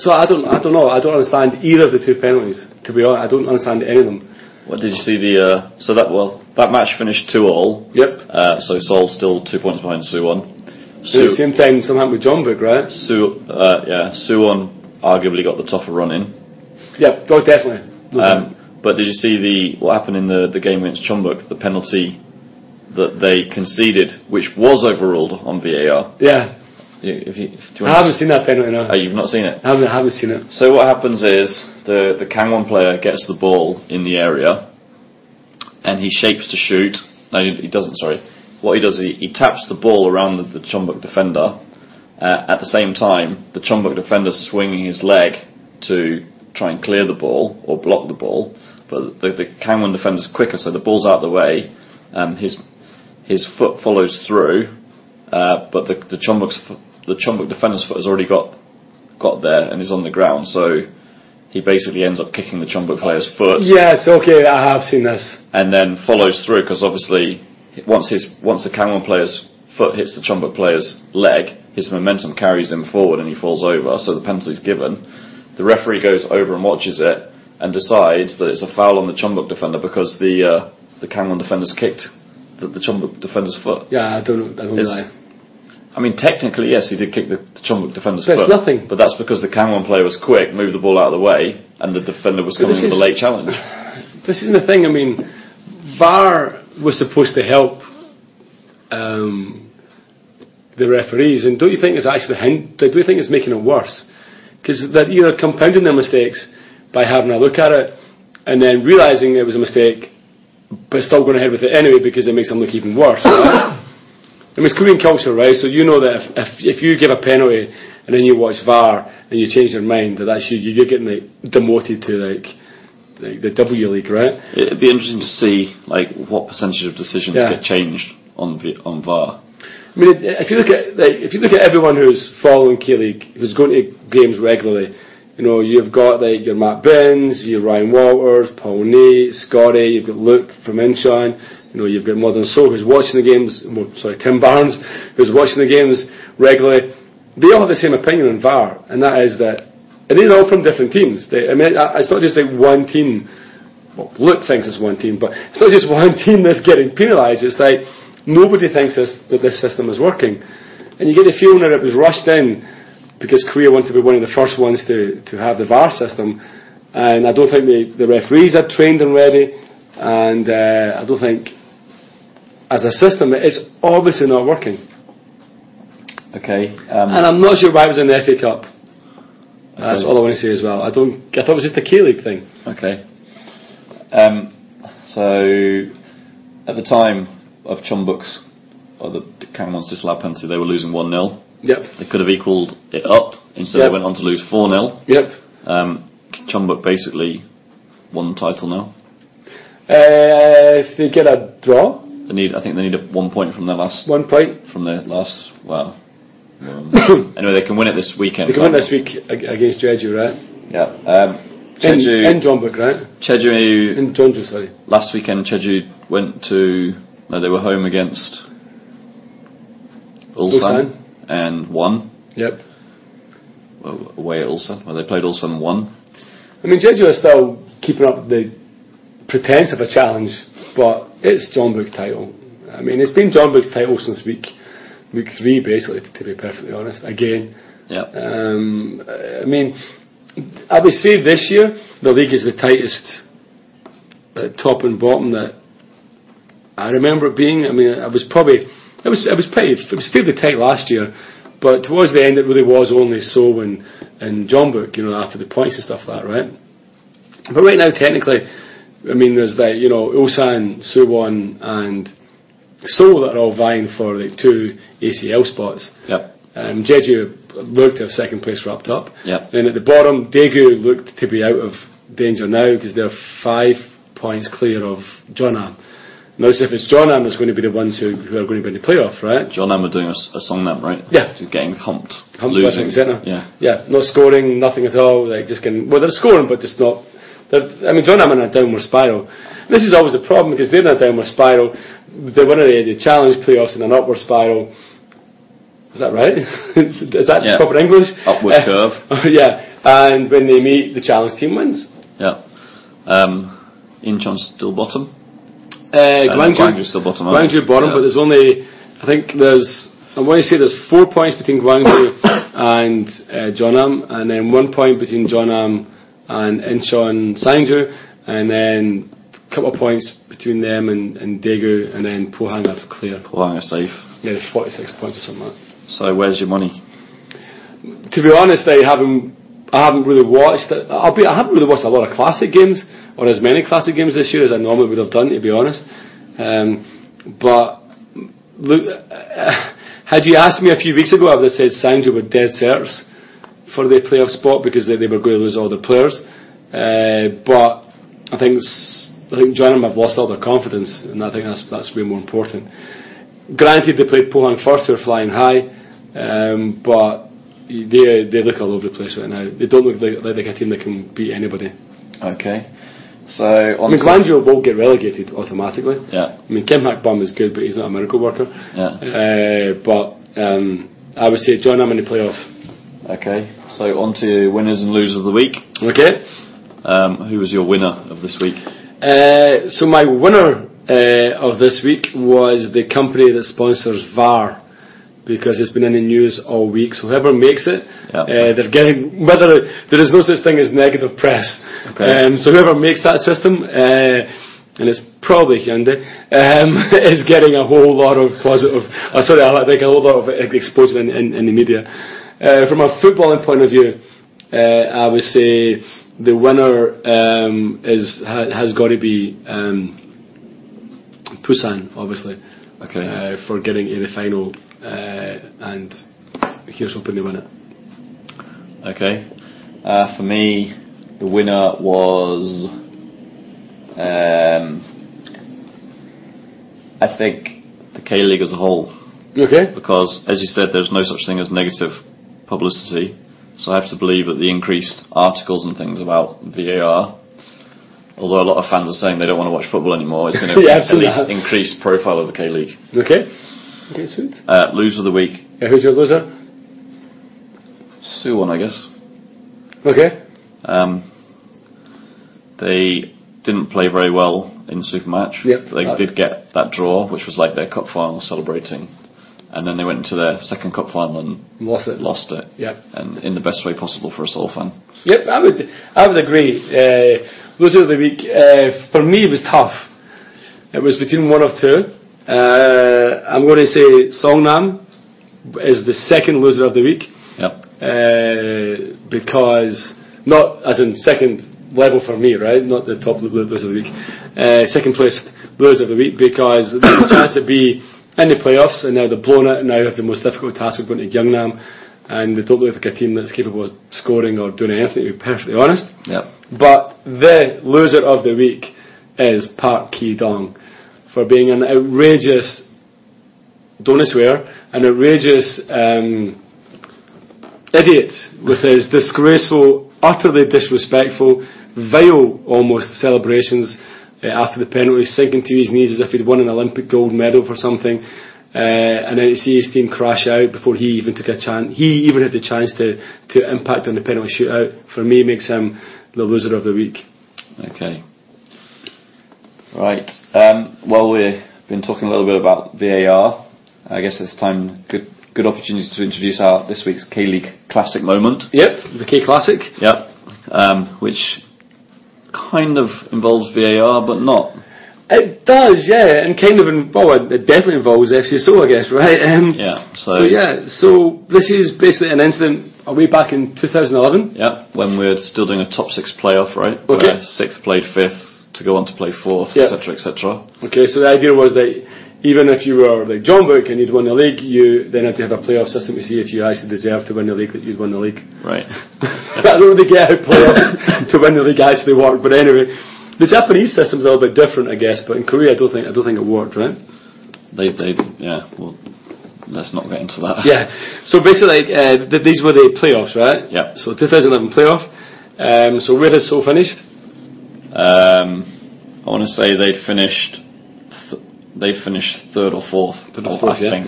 D: So I don't, I don't know. I don't understand either of the two penalties. To be honest, I don't understand any of them.
C: What did you see the? Uh, so that well, that match finished two all.
D: Yep.
C: Uh, so Seoul still two points behind Suwon.
D: At
C: Su,
D: the same time, something happened with John Book, right?
C: Su, uh, yeah, Suwon arguably got the tougher run in.
D: Yep. Oh, definitely. No doubt.
C: Um, but did you see the what happened in the, the game against Chumbuk? The penalty that they conceded, which was overruled on VAR.
D: yeah.
C: You- If you, if- do you want
D: I haven't seen that penalty. No.
C: oh, you've not seen it.
D: I haven't. I haven't seen it.
C: So what happens is the the Kangwon player gets the ball in the area, and he shapes to shoot. No, he he doesn't. Sorry. What he does is he, he taps the ball around the, the Chumbuk defender. Uh, at the same time, the Chumbuk defender's swinging his leg to try and clear the ball or block the ball, but the, the Kangwon defender's quicker, so the ball's out of the way. Um, his his foot follows through, uh, but the the Chumbuk's fo- the Chumbuk defender's foot has already got got there and is on the ground, so he basically ends up kicking the Chumbuk player's foot
D: Yes. Okay. I have seen this.
C: and then follows through because obviously once his once the Cameron player's foot hits the Chumbuk player's leg, his momentum carries him forward and he falls over. So the penalty's given. The referee goes over and watches it and decides that it's a foul on the Chumbuk defender because the uh, the Cameron defender's kicked the, the Chumbuk defender's foot.
D: Yeah. I don't. know. I don't
C: It's-
D: know.
C: I mean, technically, yes, he did kick the Chumbuk defender's
D: But it's
C: foot.
D: nothing.
C: But that's because the Cameron player was quick, moved the ball out of the way, and the defender was coming
D: this
C: with a
D: is-
C: late challenge.
D: This isn't the thing. I mean, VAR was supposed to help um, the referees, and don't you think it's actually hind- do you think it's making it worse? Because they're either compounding their mistakes by having a look at it and then realizing it was a mistake, but still going ahead with it anyway because it makes them look even worse. I mean, it's Korean culture, right? So you know that if, if, if you give a penalty and then you watch VAR and you change your mind, that that's you, you're getting like, demoted to like, like the W League, right?
C: It'd be interesting to see like what percentage of decisions
D: Yeah.
C: get changed on v- on VAR.
D: I mean, if you look at like, if you look at everyone who's following K League, who's going to games regularly, you know, you've got like your Matt Binns, your Ryan Walters, Paul Nate, Scotty, you've got Luke from Incheon, you know, you've got Modern Soul who's watching the games. Well, sorry, Tim Barnes who's watching the games regularly. They all have the same opinion on VAR, and that is that, and they're all from different teams. They, I mean, I- it's not just like one team well, Luke thinks it's one team, but it's not just one team that's getting penalised. It's like nobody thinks this, that this system is working. And you get the feeling that it was rushed in because Korea wanted to be one of the first ones to, to have the VAR system. And I don't think the, the referees are trained and ready. And uh, I don't think, as a system, it's obviously not working.
C: Okay. Um,
D: And I'm not sure why it was in the FA Cup. That's all I want to say as well. I don't. I thought it was just a K League thing.
C: okay. Um, so at the time of Chumbuk's or the Kangwon's disallowed penalty, they were losing one 0
D: Yep.
C: They could have equalled it up. Instead,
D: Yeah.
C: they went on to lose four 0
D: Yep.
C: Um, Chumbuk basically won the title now.
D: Uh, if they get a draw,
C: They need, I think, they need a one point from their last
D: one point.
C: from their last. Well, um, anyway, they can win it this weekend.
D: They come in
C: can't
D: this week ag- against Jeju, right?
C: Yeah. Um,
D: In,
C: Jeju,
D: in Jeonbuk, right?
C: Jeju
D: In Jeonju, sorry.
C: last weekend. Jeju went to no, they were home against Ulsan,
D: Ulsan.
C: and won
D: Yep.
C: Well, away at Ulsan. Well, they played Ulsan one.
D: I mean, Jeju are still keeping up the pretense of a challenge, but it's Jeonbuk's title. I mean, it's been Jeonbuk's title since week week three, basically, to be perfectly honest. Again,
C: Yeah.
D: um, I mean, I would say this year the league is the tightest, uh, top and bottom that I remember it being. I mean, it was probably it was it was pretty it was fairly tight last year, but towards the end it really was only so and and John Book, you know, after the points and stuff like that, right? But right now, technically, I mean, there's like you know Ulsan, Suwon, and Seoul that are all vying for like two ACL spots.
C: Yep.
D: Um, Jeju looked to have second place wrapped up.
C: Yep.
D: Then at the bottom, Daegu looked to be out of danger now because they're five points clear of Jonam. Now, so if it's Jonam that's going to be the ones who, who are going to be in the playoff, right?
C: John and I were doing a, s- a song now, right?
D: Yeah.
C: Just getting humped,
D: Humped by
C: losing.
D: Frank Sinatra.
C: yeah,
D: yeah, not scoring, nothing at all. Like just getting well, they're scoring, but just not. They're, I mean, John, I'm in a downward spiral. This is always a problem because they're in a downward spiral. They win the, the challenge playoffs in an upward spiral. Is that right? is that
C: Yeah.
D: proper English?
C: Upward
D: Eh,
C: curve.
D: yeah, and when they meet, the challenge team wins.
C: yeah. Um, Incheon's still bottom.
D: Uh,
C: And
D: Guangzhou,
C: Guangzhou's still bottom, aren't
D: Guangzhou
C: they?
D: bottom,
C: Yeah.
D: but there's only I think there's I want to say there's four points between Guangzhou and uh, Jeonnam, and then one point between Jeonnam and Incheon Sangju, and then a couple of points between them and, and Daegu, and then Pohang are clear.
C: Pohang are safe.
D: Yeah, there's 46 points or something. Like that.
C: So where's your money?
D: To be honest, I haven't I haven't really watched. I'll be I haven't really watched a lot of classic games or as many classic games this year as I normally would have done. To be honest, um, but look, uh, had you asked me a few weeks ago, I would have said Sandra were dead certs for the playoff spot because they, they were going to lose all their players. Uh, but I think s- I think John have lost all their confidence, and I think that's that's way more important. Granted, they played Pohang first, who are flying high, um, but they they look all over the place right now. They don't look like, like a team that can beat anybody.
C: Okay. So on
D: I mean,
C: to-
D: Glanville will get relegated automatically.
C: Yeah.
D: I mean, Kim Hackbum is good, but he's not a miracle worker.
C: Yeah.
D: Uh, but um, I would say John, I'm in the playoff.
C: Okay. So on to winners and losers of the week.
D: Okay.
C: Um, who was your winner of this week?
D: Uh, so my winner uh, of this week was the company that sponsors VAR because it's been in the news all week. So whoever makes it,
C: Yeah.
D: uh, they're getting whether there is no such thing as negative press.
C: Okay.
D: Um, so whoever makes that system, uh, and it's probably Hyundai, um, is getting a whole lot of positive. Uh, sorry, I think a whole lot of uh, exposure in, in, in the media. Uh, from a footballing point of view, uh, I would say the winner um, is ha, has got to be um, Busan, obviously,
C: Okay.
D: uh, for getting to the final. Uh, and here's hoping they win it.
C: Okay. Uh, for me, the winner was. Um, I think the K League as a whole,
D: Okay.
C: because as you said, there's no such thing as negative publicity. So I have to believe that the increased articles and things about VAR, although a lot of fans are saying they don't want to watch football anymore, it's going to
D: Yeah, I've
C: at
D: seen
C: least
D: that.
C: increase profile of the K League.
D: Okay. Okay, sweet.
C: Uh, loser of the week,
D: Yeah, who's your loser?
C: Suwon, I guess.
D: Okay.
C: Um, they didn't play very well in Supermatch.
D: Yep.
C: They did get that draw, which was like their cup final celebrating. And then they went into their second cup final and
D: Lost it.
C: lost it.
D: Yep.
C: And in the best way possible for a Seoul fan.
D: Yep, I would, I would agree. Uh, loser of the week uh, for me it was tough. It was between one of two. Uh, I'm going to say Songnam is the second loser of the week
C: Yep.
D: uh, because not as in second level for me, right? Not the top lo- loser of the week, uh, second place loser of the week because the chance to be in the playoffs and now they've blown it and now have the most difficult task of going to Gyeongnam and they don't look like a team that's capable of scoring or doing anything. To be perfectly honest,
C: Yep.
D: but the loser of the week is Park Ki Dong for being an outrageous, don't I swear, an outrageous um, idiot with his disgraceful, utterly disrespectful, vile almost celebrations uh, after the penalty, sinking to his knees as if he'd won an Olympic gold medal for something. Uh, and then to see his team crash out before he even took a chance, he even had the chance to, to impact on the penalty shootout. For me, makes him the loser of the week.
C: Okay. Right. Um, well, we've been talking a little bit about VAR. I guess it's time, good, good opportunity to introduce our this week's K League classic moment.
D: Yep, the K Classic.
C: Yep. Um, which kind of involves VAR, but not.
D: It does, yeah, and kind of in, well, it it definitely involves FC So, I guess, right? Um,
C: Yeah. So,
D: So, yeah, so this is basically an incident way back in 2011.
C: yeah, when we're still doing a top six playoff, right? Where
D: Okay.
C: sixth played fifth to go on to play fourth,
D: Yeah.
C: etc., etc.
D: Okay, so the idea was that even if you were like John Book and you'd won the league, you then had to have a playoff system to see if you actually deserved to win the league that you'd won the league.
C: Right.
D: I don't really get how playoffs to win the league actually worked, but anyway, the Japanese system's a little bit different, I guess. But in Korea, I don't think I don't think it worked, right?
C: They, they, yeah. Well, let's not get into that.
D: Yeah. So basically, uh, th- these were the playoffs, right?
C: Yep.
D: So 2011 playoff. Um, so where has Seoul finished?
C: Um, I want to say they'd finished, th- they'd finished third or fourth.
D: Third or
C: I
D: fourth, yeah.
C: think.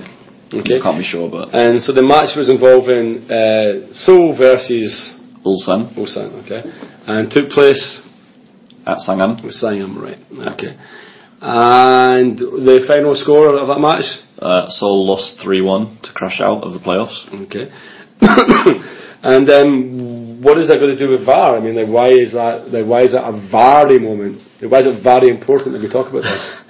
D: Okay.
C: Can't be sure, but
D: And so the match was involving uh, Seoul versus
C: Ulsan
D: Busan, okay, and took place
C: at Sangam.
D: with Siam, right? Okay. And the final score of that match,
C: Uh, Seoul lost three one to crash out of the playoffs.
D: okay. and um, what is that going to do with VAR? I mean, like, why is that? Like, why is that a VARy moment? Like, why is it very important that we talk about this?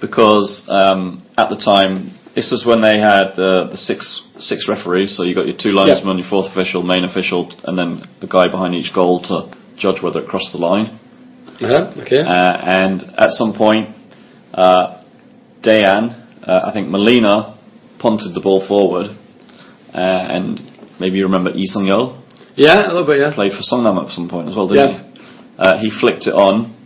C: because um, at the time, this was when they had the, the six six referees. So you got your two linesmen, your fourth official, main official, and then a guy behind each goal to judge whether it crossed the line.
D: uh-huh, okay.
C: Uh, and at some point, uh, Dayan, uh, I think Molina, punted the ball forward, uh, and maybe you remember Lee Sung Yeol
D: yeah, a little bit. Yeah.
C: played for Songnam at some point as well, didn't
D: Yeah.
C: he? Uh, he flicked it on,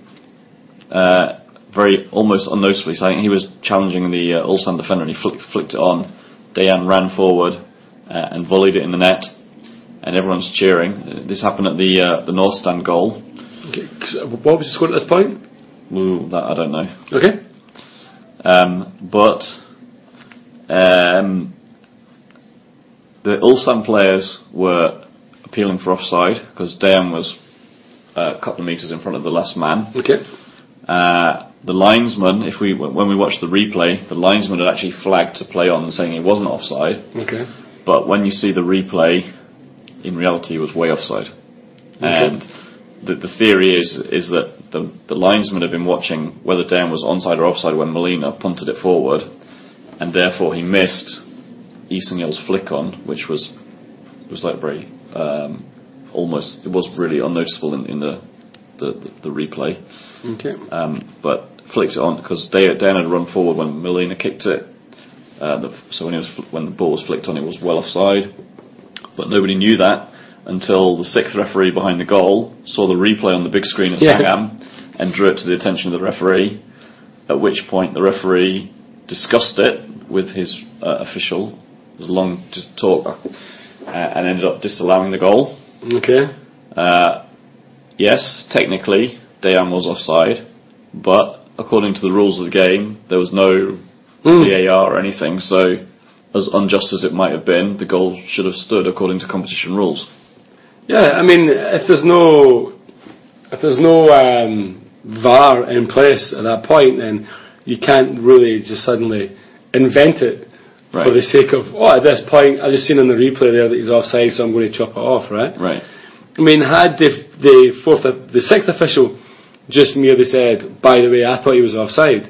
C: uh, very almost unnoticeably. So I think he was challenging the uh, Ulsan defender, and he flick, flicked it on. Dayan ran forward uh, and volleyed it in the net, and everyone's cheering. Uh, This happened at the uh, the North Stand goal.
D: Okay. c- What was the score at this point?
C: Ooh, that I don't know.
D: Okay.
C: Um, but um, the Ulsan players were appealing for offside because Dayan was uh, a couple of meters in front of the last man.
D: Okay.
C: Uh, the linesman, if we when we watched the replay, the linesman had actually flagged to play on, saying it wasn't offside.
D: Okay.
C: But when you see the replay, in reality, it was way offside. And the, the theory is is that the, the linesman had been watching whether Dan was onside or offside when Molina punted it forward, and therefore he missed Easingale's flick on, which was was like very um, almost it was really unnoticeable in, in the, the, the, the replay.
D: Okay.
C: Um, but flicked it on because Dan had run forward when Molina kicked it. Uh, the, so when, it was, fl- when the ball was flicked on, it was well offside. But nobody knew that until the sixth referee behind the goal saw the replay on the big screen at
D: Yeah.
C: Sangam and drew it to the attention of the referee. At which point the referee discussed it with his uh, official. It was a long dis- talk uh, and ended up disallowing the goal.
D: Okay.
C: Uh, yes, technically, Dayan was offside, but according to the rules of the game, there was no
D: Hmm.
C: VAR or anything, so as unjust as it might have been, the goal should have stood according to competition rules.
D: Yeah, I mean, if there's no if there's no um, VAR in place at that point, then you can't really just suddenly invent it
C: Right.
D: for the sake of oh, at this point I just seen on the replay there that he's offside, so I'm going to chop it off, right?
C: Right.
D: I mean, had the the fourth the sixth official just merely said, by the way, I thought he was offside,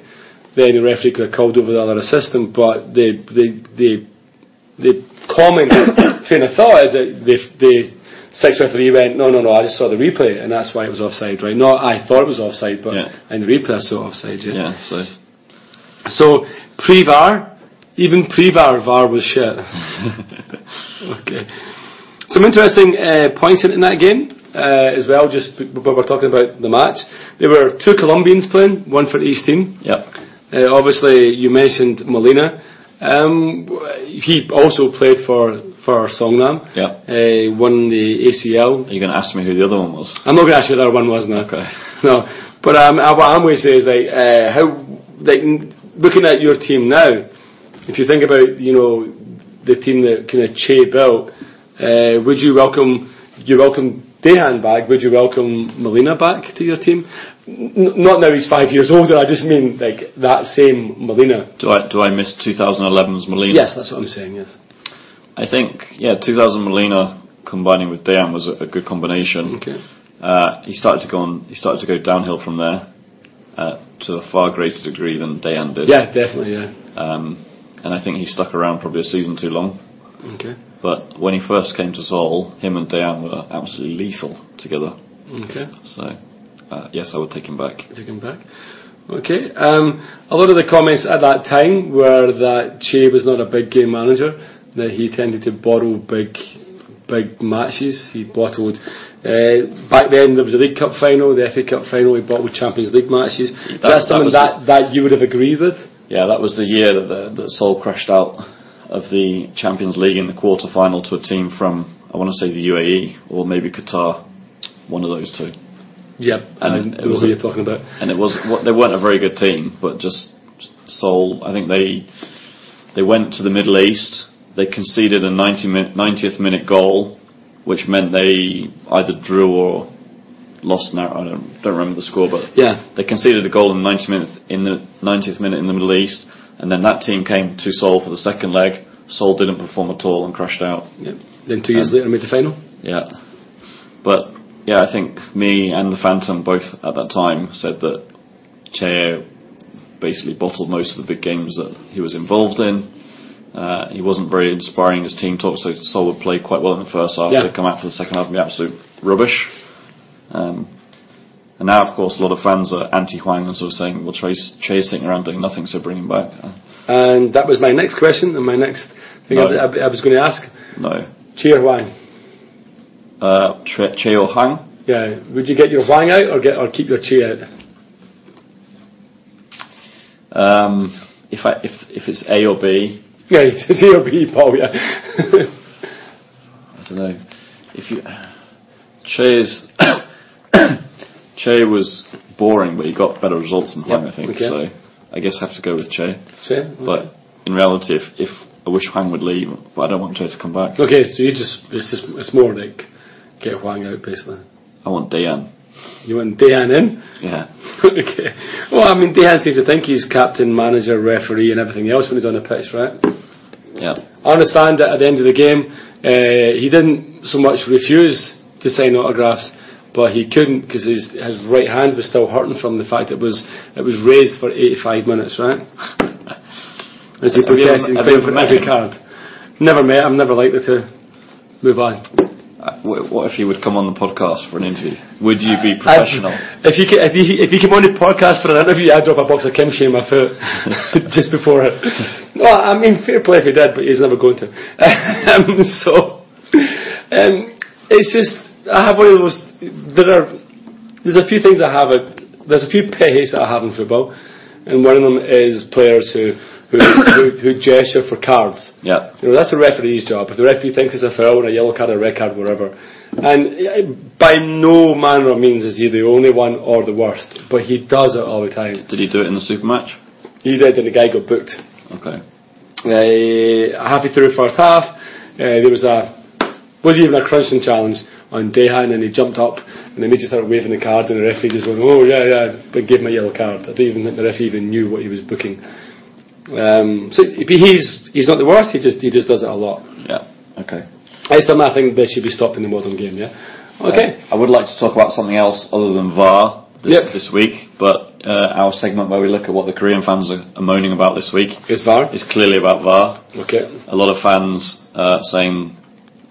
D: then the referee could have called over the other assistant. But the the the the common train of thought is that the the sixth referee went, no, no, no, I just saw the replay, and that's why it was offside, right? Not I thought it was offside, but
C: Yeah.
D: in the replay I saw offside.
C: Yeah,
D: Yeah.
C: so
D: So pre VAR, even pre VAR, VAR was shit. okay. Some interesting uh, points in, in that game uh, as well. Just b- b- we're talking about the match. There were two Colombians playing, one for each team.
C: yep.
D: Uh, obviously, you mentioned Molina. Um, w- he also played for for Songnam.
C: Yeah.
D: Uh, won the ACL.
C: Are you going to ask me who the other one was?
D: I'm not going to ask you the other one was now.
C: Okay.
D: No, but um, uh, what I'm going to say is like uh, how like n- looking at your team now, if you think about you know the team that kind of Che built, uh, would you welcome you welcome Dehan back? Would you welcome Molina back to your team? N- not now he's five years older. I just mean like that same Molina.
C: Do I, do I miss 2011's Molina?
D: Yes, that's what I'm saying. Yes.
C: I think, yeah, 2000 Molina combining with Dayan was a, a good combination.
D: Okay.
C: Uh, he started to go on. He started to go downhill from there, uh, to a far greater degree than Dayan did.
D: Yeah, definitely. Yeah.
C: Um, and I think he stuck around probably a season too long.
D: Okay.
C: But when he first came to Seoul, him and Dayan were absolutely lethal together.
D: Okay.
C: So, uh, yes, I would take him back.
D: Take him back. Okay. Um, a lot of the comments at that time were that Che was not a big game manager, that he tended to bottle big, big matches. He bottled. Uh, back then there was a League Cup final, the FA Cup final. He bottled Champions League matches.
C: That- that
D: That's something
C: was
D: that, that you would have agreed with.
C: Yeah, that was the year that the, that Seoul crashed out of the Champions League in the quarter final to a team from I want to say the UAE or maybe Qatar, one of those two.
D: Yep.
C: And
D: And
C: it
D: I know
C: was
D: who
C: a-
D: you're talking about.
C: And it was what they weren't a very good team, but just Seoul. I think they they went to the Middle East. They conceded a 90 min, 90th minute goal, which meant they either drew or lost. Now I don't don't remember the score, but
D: Yeah.
C: they conceded a goal in the 90th minute in the 90th minute in the Middle East, and then that team came to Seoul for the second leg. Seoul didn't perform at all and crashed out.
D: Yep. Then two
C: Um,
D: years later made the final.
C: Yeah, but yeah, I think me and the Phantom both at that time said that Cheo basically bottled most of the big games that he was involved in. Uh, he wasn't very inspiring. His team talk, so Seoul would play quite well in the first half.
D: Yeah.
C: They'd come out for the second half and be absolute rubbish. Um, and now, of course, a lot of fans are anti-Huang and sort of saying, "Well, Che's, Che's sitting around doing nothing, so bring him back." Uh,
D: And that was my next question and my next thing
C: No.
D: I, I, I was going to ask.
C: no,
D: Cheer Wang.
C: uh, che, Cheo Hang.
D: Yeah. Would you get your Wang out or get or keep your Che out?
C: Um, if I, if if it's A or B,
D: Yeah, it's your people, yeah.
C: I don't know. If you Che's Che was boring, but he got better results than Huang,
D: Yep,
C: I think.
D: okay.
C: So I guess I have to go with Che.
D: so,
C: But in reality, if, if I wish Huang would leave, but I don't want Che to come back.
D: okay, so you just it's just it's more like get Huang out basically.
C: I want Dian.
D: You want Dehan in?
C: Yeah,
D: okay. Well, I mean Dehan seems to think he's captain, manager, referee, and everything else when he's on the pitch, right?
C: yeah,
D: I understand that at the end of the game, uh, he didn't so much refuse to sign autographs, but he couldn't because his his right hand was still hurting from the fact it was it was raised for 85 minutes, right? As he
C: Have you ever-
D: protested and
C: have you ever
D: claimed for
C: met
D: every
C: him?
D: card. Never met. I'm never likely to. Move on.
C: Uh, wh- What if he would come on the podcast for an interview? Would you be professional?
D: I'd- if you ca- if you if you came on the podcast for an interview, I'd drop a box of kimchi in my foot just before it. No, I mean fair play if he did, but he's never going to. um, so um, it's just I have one of those. There are there's a few things I have. At, there's a few pays that I have in football, and one of them is players who who, who, who gesture for cards.
C: Yeah.
D: You know, that's the referee's job. If the referee thinks it's a foul or a yellow card or a red card, whatever. And eh, by no manner of means is he the only one or the worst, but he does it all the time.
C: Did he do it in the super match?
D: He did, and the guy got booked.
C: Okay.
D: Uh, halfway through first half, uh, there was a was even a crunching challenge on Dehan, and he jumped up and then he just started waving the card, and the referee just went, "Oh yeah, yeah," but gave him a yellow card. I don't even think the referee even knew what he was booking. Um, so he's he's not the worst. He just he just does it a lot.
C: Yeah. Okay.
D: It's something I think that should be stopped in the modern game, yeah? Okay.
C: Uh, I would like to talk about something else other than VAR this,
D: Yep.
C: this week, but uh, our segment where we look at what the Korean fans are, are moaning about this week
D: It's VAR.
C: is clearly about VAR.
D: Okay.
C: A lot of fans uh, saying,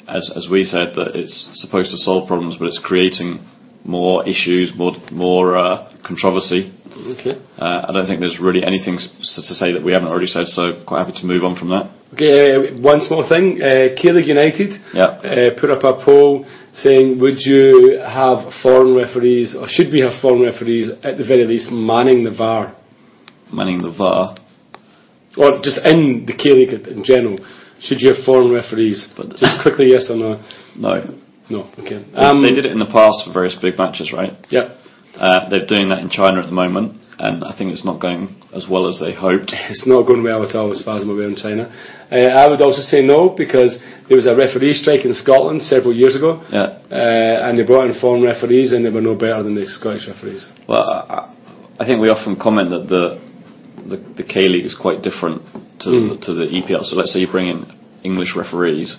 C: as, as we said, that it's supposed to solve problems, but it's creating more issues, more, more uh, controversy.
D: Okay.
C: Uh, I don't think there's really anything s- to say that we haven't already said, so quite happy to move on from that.
D: Okay, uh, one small thing. Uh, Keyleg United
C: Yeah.
D: uh, put up a poll saying, would you have foreign referees, or should we have foreign referees, at the very least, manning the VAR?
C: Manning the VAR.
D: Or just in the K-League in general, should you have foreign referees?
C: But-
D: just quickly, yes or no?
C: No.
D: No, okay. Um,
C: they did it in the past for various big matches, right?
D: Yep.
C: Uh, they're doing that in China at the moment, and I think it's not going as well as they hoped.
D: it's not going well at all as far as I'm aware in China. Uh, I would also say no because there was a referee strike in Scotland several years ago,
C: Yeah.
D: uh, and they brought in foreign referees and they were no better than the Scottish referees.
C: Well, I, I think we often comment that the the, the K League is quite different to the, to the EPL. So let's say you bring in English referees,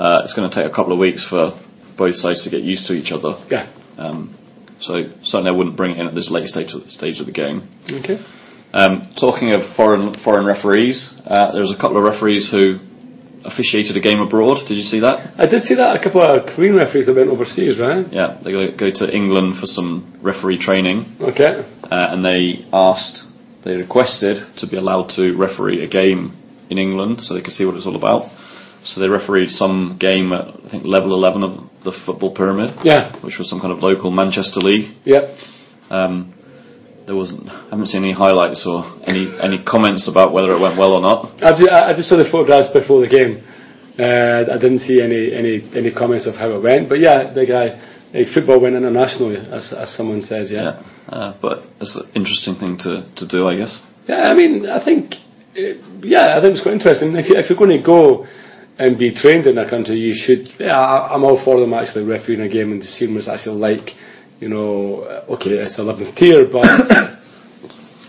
C: uh, it's going to take a couple of weeks for both sides to get used to each other.
D: Yeah.
C: Um, so certainly, I wouldn't bring it in at this late stage of, stage of the game.
D: Okay.
C: Um, talking of foreign foreign referees, uh, there was a couple of referees who officiated a game abroad. Did you see that?
D: I did see that a couple of Korean referees that went overseas, right?
C: Yeah, they go, go to England for some referee training,
D: Okay.
C: uh, and they asked, they requested to be allowed to referee a game in England so they could see what it's all about. So they refereed some game at I think level 11 of the football pyramid,
D: Yeah.
C: which was some kind of local Manchester league.
D: Yep.
C: Um, there wasn't. I haven't seen any highlights or any any comments about whether it went well or not.
D: I just, I I just saw the photographs before the game. Uh, I didn't see any, any, any comments of how it went. But yeah, the guy, like, football went internationally, as, as someone says, yeah.
C: Yeah, uh, but it's an interesting thing to, to do, I guess.
D: Yeah, I mean, I think, uh, yeah, I think it's quite interesting. If, you, if you're going to go and be trained in a country, you should. Yeah, I, I'm all for them actually refereeing a game and seeing what it's actually like. You know, uh, okay, it's 11th tier, but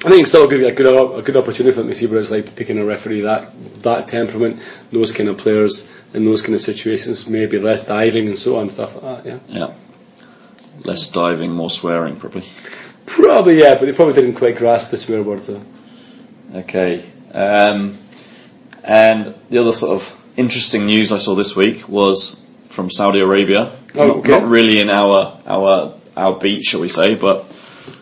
D: I think it's still a good, a good, o- a good opportunity for them to see what it's like picking a referee that that temperament, those kind of players, in those kind of situations, maybe less diving and so on, stuff like that. Yeah,
C: Yeah, less diving, more swearing, probably.
D: probably yeah, but they probably didn't quite grasp the swear words though.
C: Okay. Um, and the other sort of interesting news I saw this week was from Saudi Arabia.
D: Oh,
C: not,
D: okay.
C: not really in our our our beat, shall we say? But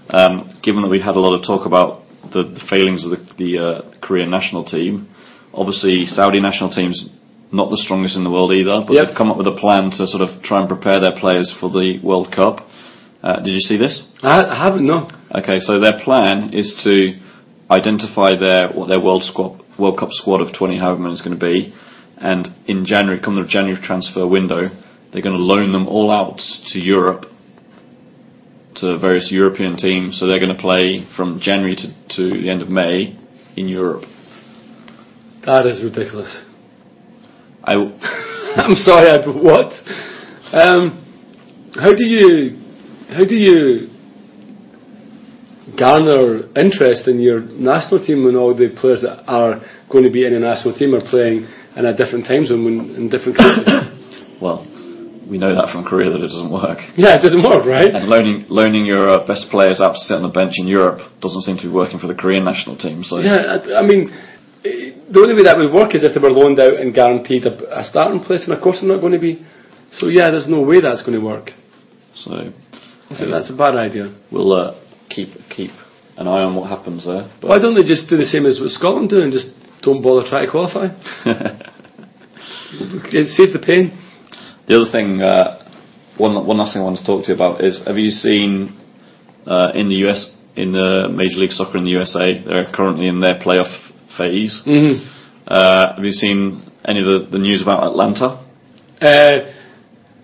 C: um, given that we had a lot of talk about the, the failings of the, the uh, Korean national team, obviously Saudi national team's not the strongest in the world either. But
D: Yep.
C: they've come up with a plan to sort of try and prepare their players for the World Cup. Uh, did you see this?
D: I, I haven't no.
C: Okay, so their plan is to identify their what their World Squad, World Cup squad of 20, however many is going to be, and in January, come the January transfer window, they're going to loan them all out to Europe, to various European teams. So they're going to play from January to, to the end of May in Europe.
D: That is ridiculous.
C: I w-
D: I'm sorry, I, what? Um, how do you how do you garner interest in your national team when all the players that are going to be in a national team are playing in a different time zone when, in different countries?
C: well, we know that from Korea that it doesn't work.
D: yeah, it doesn't work, right?
C: And loaning loaning your uh, best players out to sit on the bench in Europe doesn't seem to be working for the Korean national team. So
D: Yeah, I, I mean, eh, the only way that would work is if they were loaned out and guaranteed a, a starting place, and of course they're not going to be. So yeah, there's no way that's going to work.
C: so
D: So that's a bad idea.
C: We'll uh, keep keep an eye on what happens there. But
D: Why don't they just do the same as what Scotland do and just don't bother trying to qualify? It saves the pain.
C: the other thing, uh, one one last thing I want to talk to you about is: Have you seen uh, in the US in the Major League Soccer in the USA? They're currently in their playoff phase.
D: Mm-hmm.
C: Uh, have you seen any of the, the news about Atlanta?
D: Uh,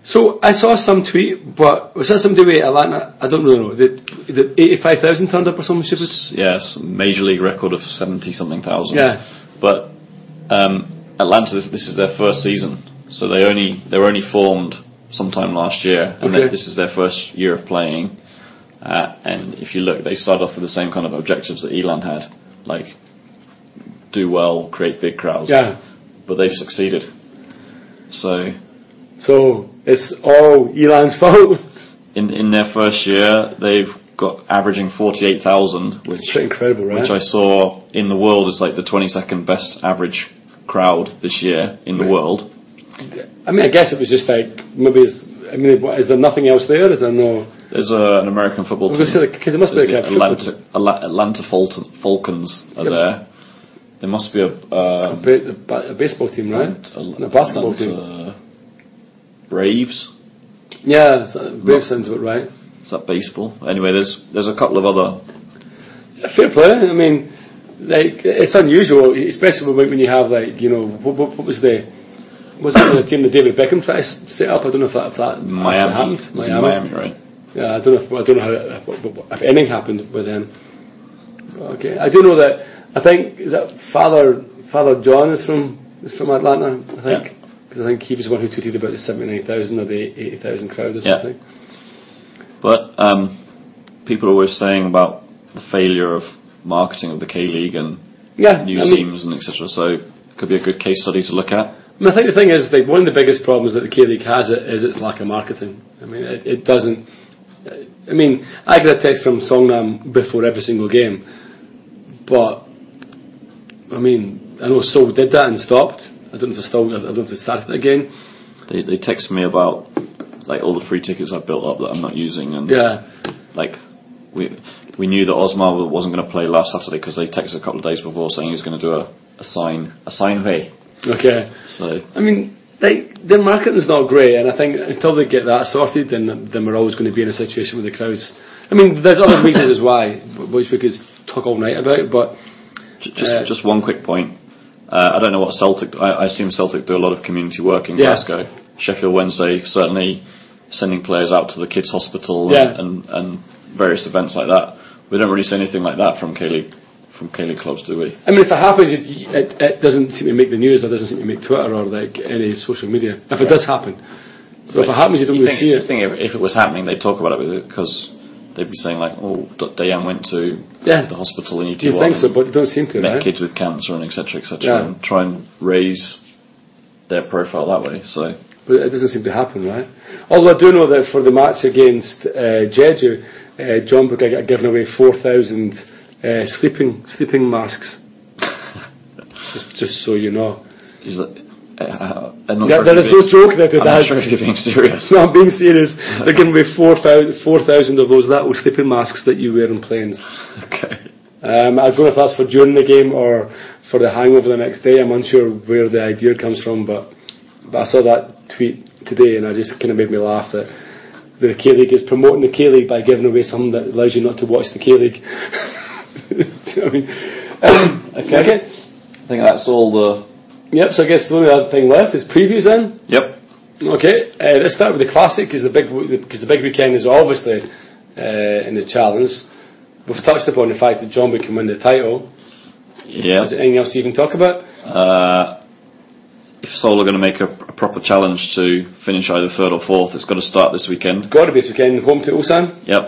D: so I saw some tweet, but was that somebody with Atlanta? I don't really know. The, the 85,000 turned up or something stupid?
C: Yes, Major League record of seventy something thousand.
D: Yeah.
C: But um, Atlanta, this, this is their first season, so they only they were only formed sometime last year, and
D: Okay.
C: then this is their first year of playing. Uh, and if you look, they start off with the same kind of objectives that Elan had, like do well, create big crowds.
D: Yeah.
C: But they've succeeded. So
D: So it's all Elon's fault.
C: in in their first year, they've got averaging forty eight thousand, which
D: It's pretty incredible, right?
C: which I saw in the world is like the 22nd best average crowd this year in the
D: Right.
C: world.
D: I mean, I guess it was just like, maybe it's, I mean, what, is there nothing else there? Is there no...
C: There's a, an American football
D: I was
C: team.
D: going to say, because it must be
C: There's
D: like
C: the
D: a football
C: Atlanta, Ala- Atlanta Fal- Falcons are
D: Yeah.
C: there. There must be a, um,
D: ba- a ba- a baseball team, right?
C: Al-
D: And a basketball team.
C: Atlanta uh, Braves.
D: Yeah, so- Brave sounds about right.
C: Is that baseball? Anyway, there's there's a couple of other.
D: Fair play. I mean, like it's unusual, especially when when you have like you know what, what, what was the was that the team that David Beckham tried to s- set up? I don't know if that, if that actually
C: Miami.
D: happened.
C: It was in Miami, right?
D: Yeah, I don't know. If, I don't know how if, if anything happened with him. Okay, I do know that. I think is that Father Father John is from is from Atlanta. I think
C: Yeah.
D: because I think he was the one who tweeted about the seventy nine thousand or the eighty thousand crowd or
C: Yeah.
D: something.
C: But um, people are always saying about the failure of marketing of the K League and
D: Yeah,
C: new
D: I mean,
C: teams and etc. So it could be a good case study to look at.
D: I, mean, I think the thing is, like, one of the biggest problems that the K League has it is its lack of marketing. I mean, it, it doesn't. I mean, I get a text from Songnam before every single game, but I mean, I know Seoul did that and stopped. I don't know if they still. I don't know if they started it again.
C: They they text me about like all the free tickets I've built up that I'm not using and
D: Yeah,
C: like we we knew that Osmar wasn't going to play last Saturday because they texted a couple of days before saying he was going to do a, a sign a sign way.
D: okay.
C: So
D: I mean, they, their marketing's not great, and I think until they get that sorted, then then we're always going to be in a situation with the crowds. I mean, there's other reasons as why, which we could talk all night about, but
C: j- just
D: Uh,
C: just one quick point. Uh, I don't know what Celtic. I, I assume Celtic do a lot of community work in
D: Yeah.
C: Glasgow. Sheffield Wednesday certainly sending players out to the kids' hospital
D: Yeah.
C: and, and and various events like that. We don't really see anything like that from K League from K League clubs, do we?
D: I mean, if it happens, it, it, it doesn't seem to make the news, or doesn't seem to make Twitter or like any social media. If it does happen, so if it happens, you don't
C: You
D: really
C: think,
D: see
C: you
D: it.
C: think if, if it was happening, they'd talk about it because they'd be saying like, "Oh, D- Dayan went to
D: Yeah.
C: the hospital in ET1,
D: Do you think so? But it don't seem to,
C: and met
D: right?
C: kids with cancer, and etc. etc.
D: Yeah.
C: and try and raise their profile that way." So
D: But it doesn't seem to happen, right? Although I do know that for the match against uh, Jeju, uh, John Book got given away 4,000 uh, sleeping sleeping masks. just, just so you know.
C: is that? Uh, I'm not
D: Yeah,
C: sure
D: there
C: if
D: is
C: you're being-
D: no joke there to
C: I'm
D: that.
C: not sure if you're being serious.
D: No, I'm being serious. They're giving away 4,000 4,000 of those little sleeping masks that you wear on planes.
C: okay.
D: Um, I don't know if that's for during the game or for the hangover the next day. I'm unsure where the idea comes from, but, but I saw that tweet today and it just kind of made me laugh that the K League is promoting the K League by giving away something that allows you not to watch the K League. I mean, um, okay.
C: I think that's all the.
D: Yep. So I guess the only other thing left is previews. Then
C: Yep.
D: Okay, uh, let's start with the classic because the big because the big weekend is obviously uh, in the challenge. We've touched upon the fact that John Wick can win the title.
C: Yeah.
D: Is there anything else you can talk about?
C: Uh, if Seoul are going to make a, a proper challenge to finish either third or fourth, it's got to start this weekend.
D: Got to be this weekend, home to Ulsan.
C: Yep.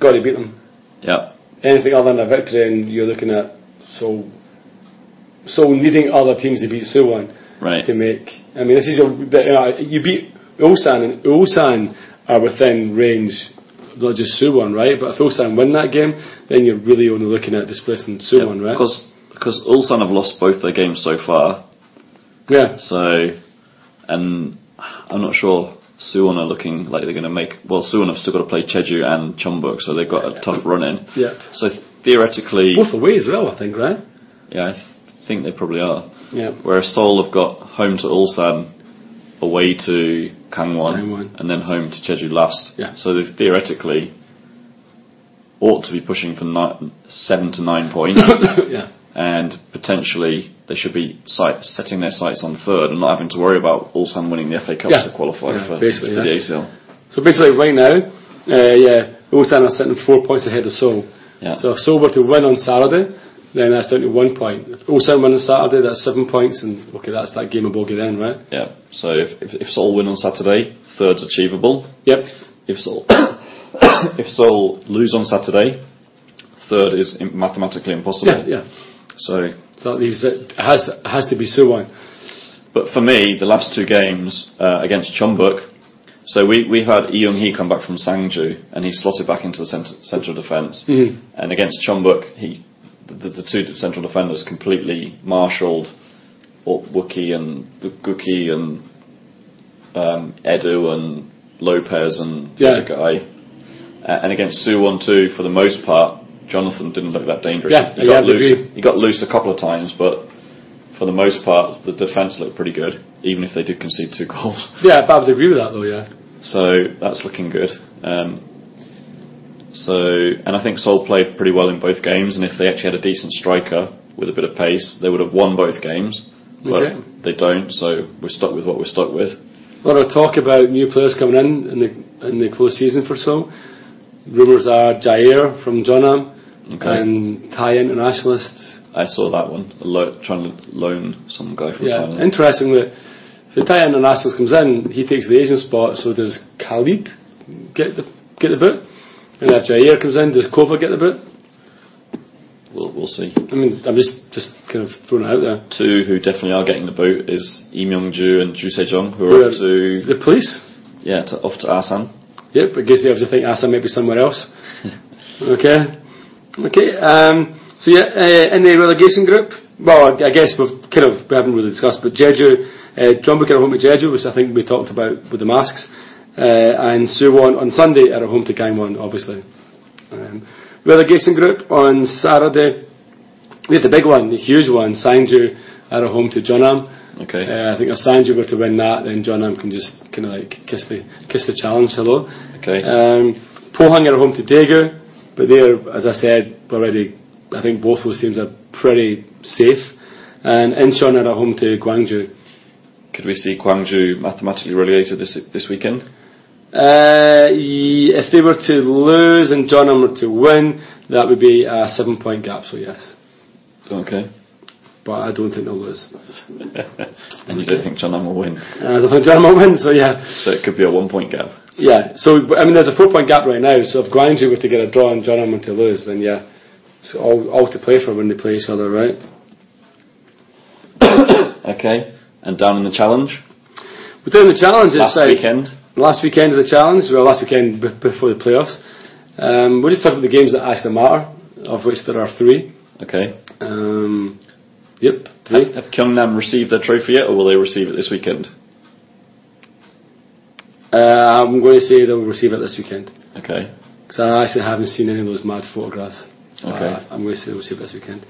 D: Got to beat them.
C: Yep.
D: Anything other than a victory, and you're looking at so so needing other teams to beat Suwon
C: Right.
D: to make. I mean, this is your you, know, you beat Ulsan, and Ulsan are within range. Not just Suwon, right? But if Ulsan win that game, then you're really only looking at displacing Suwon, right?
C: Because because Ulsan have lost both their games so far.
D: Yeah,
C: So, and I'm not sure Suwon are looking like they're going to make. Well, Suwon have still got to play Cheju and Chumbuk, so they've got a tough run in.
D: Yeah.
C: So theoretically,
D: both away as well, I think, right?
C: yeah, I think they probably are.
D: Yeah.
C: Whereas Seoul have got home to Ulsan, away to
D: Gangwon.
C: Kangwon, and then home to Jeju last.
D: Yeah.
C: So they theoretically ought to be pushing for ni- seven to nine points.
D: yeah.
C: and potentially they should be sight, setting their sights on third and not having to worry about Ulsan winning the FA Cup
D: Yeah.
C: to qualify
D: Yeah,
C: for,
D: basically,
C: for the
D: yeah.
C: ACL.
D: So basically, right now, uh, yeah, Ulsan are sitting four points ahead of Seoul.
C: Yeah.
D: So if Seoul were to win on Saturday, then that's down to one point. If Ulsan win on Saturday, that's seven points, and okay, that's that game of bogey then, right?
C: Yeah. So if, if, if Seoul win on Saturday, third's achievable.
D: Yep.
C: If Seoul, if Seoul lose on Saturday, third is im- mathematically impossible.
D: Yeah, yeah.
C: So,
D: So that leaves it has has to be Suwon.
C: but for me, the last two games uh, against Chumbuk, so we, we had Lee Young Hee come back from Sangju and he slotted back into the centre, central defense And against Chumbuk, he the, the two central defenders completely marshalled Wookie and Gookie and um, Edu and Lopez and the
D: Yeah.
C: other guy. Uh, and against Suwon too, for the most part, Jonathan didn't look that dangerous.
D: Yeah,
C: he
D: yeah,
C: got
D: I'd agree.
C: loose. He got loose a couple of times, but for the most part, the defence looked pretty good, even if they did concede two goals.
D: Yeah, but I would agree with that though. Yeah.
C: So that's looking good. Um, so, and I think Seoul played pretty well in both games, and if they actually had a decent striker with a bit of pace, they would have won both games. But
D: Okay.
C: they don't, so we're stuck with what we're stuck with.
D: lot of talk about new players coming in in the in the close season for Seoul. Rumours are Jair from Jonam
C: Okay.
D: and Thai internationalists.
C: I saw that one, lo- trying to loan some guy from
D: Yeah,
C: Thailand.
D: interesting that if the Thai internationals comes in, he takes the Asian spot. So does Khalid get the get the boot? And if Jair comes in, does Kova get the boot?
C: We'll, we'll see.
D: I mean, I'm just just kind of throwing it out there.
C: Two who definitely are getting the boot is Im Myung-ju and Ju Sejong, who are up to
D: the police.
C: yeah to, off to Asan.
D: Yep, I guess they have to think Asa might be somewhere else. okay, okay. Um, so yeah, uh, in the relegation group, well, I guess we've kind of we haven't really discussed, but Jeju, uh, John Booker at home to Jeju, which I think we talked about with the masks, uh, and Suwon on Sunday are at home to Gangwon, obviously. Um, relegation group on Saturday, we had the big one, the huge one, Sangju are at home to Jeonnam.
C: Okay.
D: Uh, I think if Sanju were to win that, then John Am can just kind of like kiss the kiss the challenge hello.
C: Okay.
D: Um, Pohang are home to Daegu, but they're, as I said already, I think both those teams are pretty safe. And Incheon are at home to Guangzhou.
C: Could we see Guangzhou mathematically relegated this this weekend?
D: Uh, ye- if they were to lose and John Am were to win, that would be a seven point gap, so yes.
C: Okay.
D: But I don't think they'll lose.
C: and you don't think Jeonnam will win,
D: And I don't think John Am will win, so yeah.
C: so it could be a one point gap.
D: Yeah, so I mean, there's a four-point gap right now. So if Guangzhou were to get a draw and John were to lose, then yeah, it's all all to play for when they play each other, right?
C: Okay. And down in the challenge
D: But then the challenge is
C: last
D: like,
C: weekend.
D: last weekend of the challenge, well, last weekend b- before the playoffs. Um, we'll just talk about the games that actually matter, of which there are three.
C: Okay.
D: Um, yep,
C: Have,
D: three.
C: have Kyungnam received their trophy yet, or will they receive it this weekend?
D: Uh, I'm going to say they'll receive it this weekend
C: Okay.
D: because I actually haven't seen any of those mad photographs. So
C: Okay.
D: I, I'm going to say they'll receive it this weekend.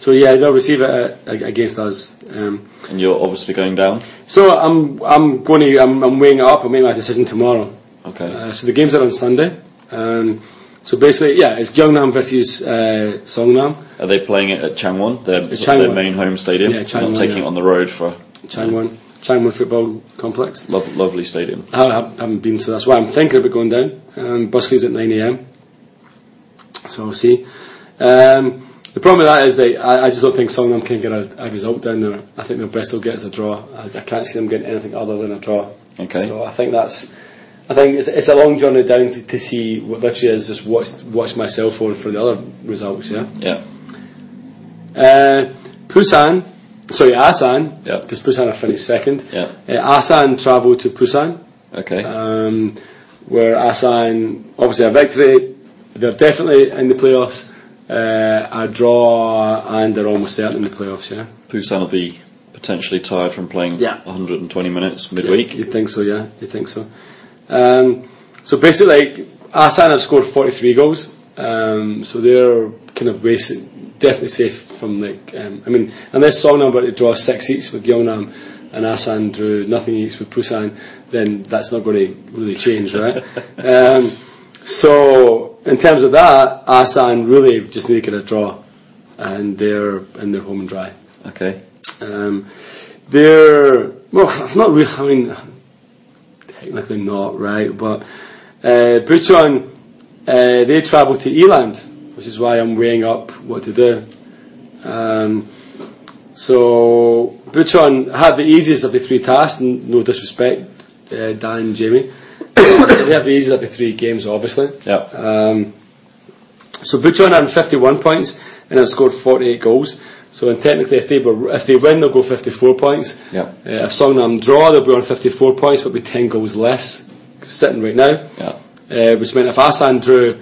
D: So yeah, they'll receive it uh, ag- against us. Um,
C: And you're obviously going down.
D: So I'm I'm going to I'm, I'm weighing it up. I'll make my decision tomorrow.
C: Okay.
D: Uh, so the games are on Sunday. Um, so basically, yeah, it's Gyeongnam versus uh, Songnam,
C: Are they playing it at Changwon, their, their
D: Changwon.
C: main home stadium?
D: Yeah,
C: Not
D: Changwon,
C: taking
D: yeah.
C: it on the road for
D: Changwon Changwon Football Complex.
C: lo- lovely stadium.
D: I ha- haven't been, so that's why I'm thinking about going down. Um, bus leaves at 9 a.m. So we'll see. Um, the problem with that is that I, I just don't think Songnam can get a, a result down there. I think the best they'll get is a draw. I, I can't see them getting anything other than a draw.
C: Okay.
D: So I think that's. I think it's, it's a long journey down to, to see what literally is just watch watch my cell phone for the other results. Yeah.
C: Yeah.
D: Uh, Busan, sorry, Asan,
C: Yeah.
D: because Busan are finished second.
C: Yeah.
D: Uh, Asan travel to Busan
C: Okay.
D: um, where Asan obviously a victory. They're definitely in the playoffs. Uh, a draw, and they're almost certain in the playoffs. Yeah,
C: Busan will be potentially tired from playing
D: Yeah.
C: 120 minutes midweek.
D: you think so? Yeah, you think so? Um, so basically, Asan have scored 43 goals. Um, so they're kind of basic, definitely safe from like. Um, I mean, unless Songnam were to draw six each with Gyeongnam. And Asan drew nothing each with Busan, then that's not going to really change, right? um, So in terms of that, Asan really just need to get a draw, and they're and they're home and dry.
C: Okay.
D: Um, they're well, not really. I mean, technically not right, but uh, Bucheon, uh, they travel to Eland, which is why I'm weighing up what to do. Um, so Bucheon had the easiest of the three tasks. n- No disrespect, uh, Dan and Jamie. they have the easiest of the three games, obviously.
C: Yeah.
D: Um, so Buchan had 51 points and have scored 48 goals. So and technically, if they were, if they win, they'll go 54 points.
C: Yeah.
D: Uh, if Songnam draw, they'll be on 54 points, but be 10 goals less sitting right now.
C: Yeah.
D: Uh, which meant if Asan drew, uh,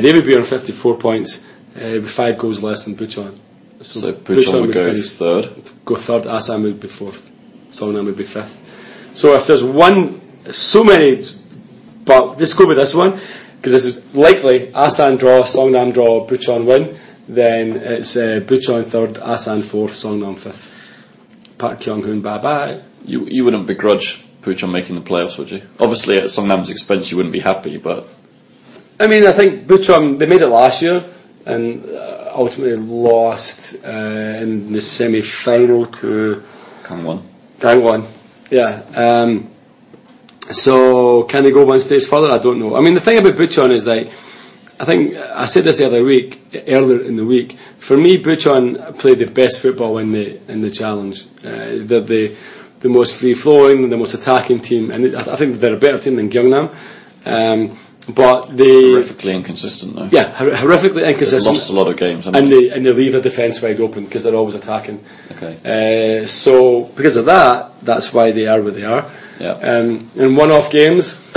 D: they would be on 54 points, uh, with five goals less than Buchan.
C: So Busan would go
D: finish-
C: third.
D: go third, Assam would be fourth, Songnam would be fifth. So if there's one, so many, but let's go with this one, because this is likely Assam draw, Songnam draw, Bucheon win, then it's uh, Bucheon third, Assam fourth, Songnam fifth. Park Kyung Hoon, bye bye.
C: You you wouldn't begrudge Puchon making the playoffs, would you? Obviously, at Songnam's expense, you wouldn't be happy, but
D: I mean, I think Bucheon, they made it last year and uh, ultimately lost uh, in the semi final to.
C: Kangwon.
D: Gangwon. Yeah. Um, so can they go one stage further? I don't know. I mean, the thing about Buchon is that I think I said this the other week, earlier in the week. For me, Buchon played the best football in the in the challenge. Uh, they're the the most free flowing, the most attacking team, and I I think they're a better team than Gyeongnam. Um, but they,
C: Horrifically inconsistent, though.
D: yeah, hor- horrifically
C: They've
D: inconsistent,
C: lost a lot of games, haven't
D: and they and they leave the defence wide open because they're always attacking.
C: they? Okay.
D: Uh, so because of that, that's why they are where they are.
C: Yeah.
D: Um, in one-off games,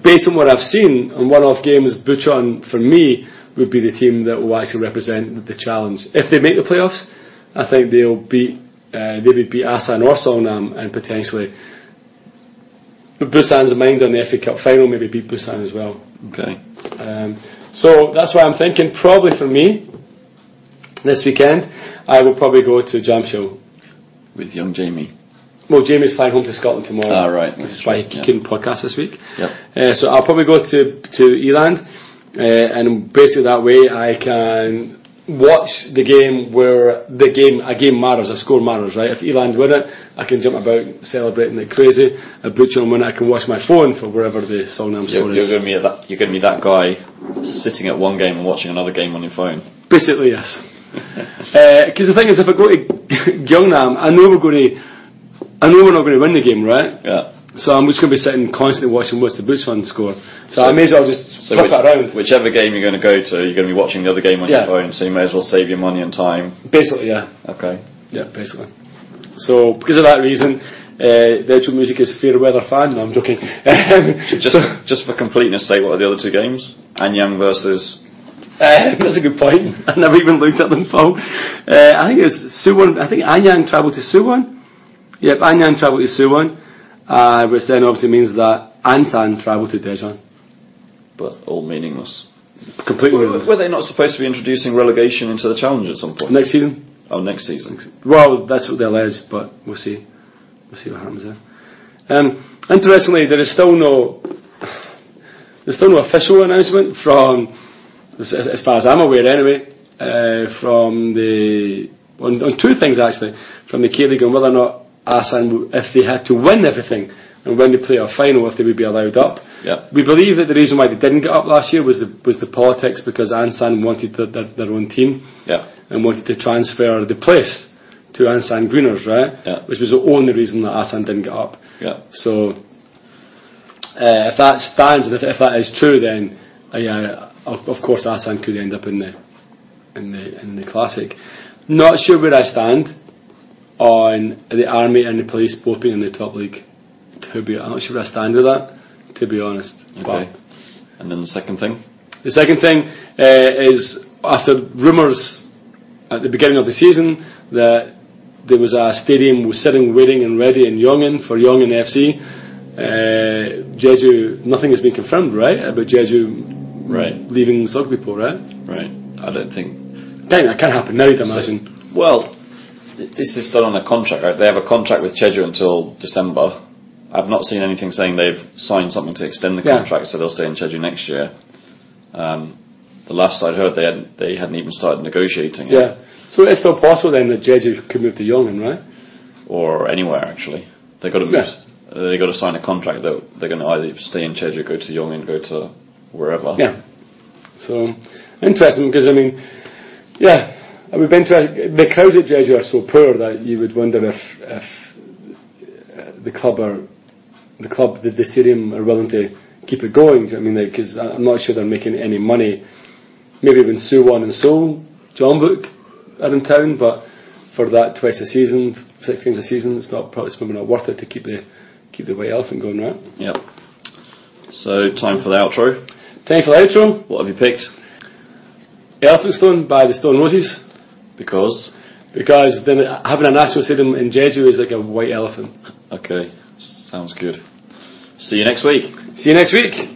D: based on what I've seen, in one-off games, Buchon for me would be the team that will actually represent the challenge. If they make the playoffs, I think they'll beat uh, they would beat Asan or Solnam and potentially Busan's mind on the FA Cup final, maybe beat Busan as well.
C: Okay.
D: Um, so that's why I'm thinking probably for me this weekend I will probably go to Jamshill.
C: With young Jamie.
D: Well, Jamie's flying home to Scotland tomorrow.
C: Ah, right.
D: That's
C: That's
D: why
C: right,
D: he
C: yeah.
D: couldn't podcast this week.
C: Yep.
D: Uh, so I'll probably go to to Eland, uh, and basically that way I can watch the game where the game a game matters, a score matters, right? If Eland win it, I can jump about celebrating like crazy. A butcher win it, I can watch my phone for wherever the Solnam
C: You're,
D: score
C: you're
D: is.
C: going to be at that. You're going to be that guy sitting at one game and watching another game on your phone.
D: Basically, yes. Because the thing is, if I go to Gyeongnam, I know we're going to, I know we're not going to win the game, right?
C: Yeah.
D: So I'm just going to be sitting constantly watching what's the boots one score. So, I may as well just
C: So
D: flip
C: which-
D: it around.
C: whichever game you're going to go to, you're going to be watching the other game on
D: Yeah.
C: your phone. So you may as well save your money and time.
D: Basically, yeah,
C: Okay.
D: yeah, basically. So because of that reason, uh, the actual music is fair weather fan. No, I'm joking.
C: Just
D: so,
C: just for completeness' sake, what are the other two games? Anyang versus.
D: uh, that's a good point. I never even looked at them, Paul. Uh, I think it's Suwon. I think Anyang travelled to Suwon. Yep, Anyang travelled to Suwon, uh, which then obviously means that Ansan travelled to Daejeon.
C: But all meaningless.
D: Completely
C: Were,
D: meaningless.
C: were they not supposed to be introducing relegation into the challenge at some point?
D: next season.
C: Oh, next season.
D: Well, that's what they alleged, but we'll see. We'll see what happens there. Um, interestingly, there is still no there's still no official announcement from, as, as far as I'm aware, anyway, uh, from the on, on two things actually, from the K League on whether or not Asan, w- if they had to win everything and win the playoff final, if they would be allowed up.
C: Yeah.
D: We believe that the reason why they didn't get up last year was the was the politics because Ansan wanted their, their, their own team
C: Yeah.
D: and wanted to transfer the place to Ansan Greeners, right?
C: Yeah.
D: Which was the only reason that Ansan didn't get up.
C: Yeah.
D: So, uh, if that stands and if, if that is true, then uh, yeah, of, of course Asan could end up in the in the in the classic. Not sure where I stand on the army and the police both being in the top league. To be, I'm not sure where I stand with that. To be honest,
C: Okay.
D: But-
C: And then the second thing.
D: the second thing uh, is after rumours at the beginning of the season that there was a stadium was sitting, waiting and ready in Yongan for Yongan FC. Uh, Jeju, nothing has been confirmed, right? About Jeju
C: Right.
D: leaving Sogbipo, right?
C: Right. I don't think.
D: Dang, that can't happen now, you'd imagine.
C: Well, th- this is done on a contract, right? They have a contract with Cheju until December. I've not seen anything saying they've signed something to extend the
D: Yeah.
C: contract, so they'll stay in Cheju next year. Um, the last I'd heard, they hadn't, they hadn't even started negotiating it,
D: Yeah. So it's still possible then that Jeju could move to Yongan, right?
C: or anywhere actually. They got to move.
D: Yeah.
C: They got to sign a contract that they're going to either stay in Cheju, go to Yongin, go to wherever.
D: Yeah. So interesting because I mean, yeah, I would be interested. The crowds at Jeju are so poor that you would wonder if if uh, the club are the club the, the stadium are willing to keep it going. Do you know what I mean, because I'm not sure they're making any money. Maybe when Suwon and Seoul, John Book are in town, but for that twice a season, six games a season, it's not probably it's probably not worth it to keep the keep the white elephant going, right?
C: Yep. So time for the outro.
D: Time for the outro.
C: What have you picked?
D: Elephant Stone by the Stone Roses.
C: Because
D: Because then having a national stadium in Jeju is like a white elephant.
C: okay, sounds good. See you next week.
D: See you next week.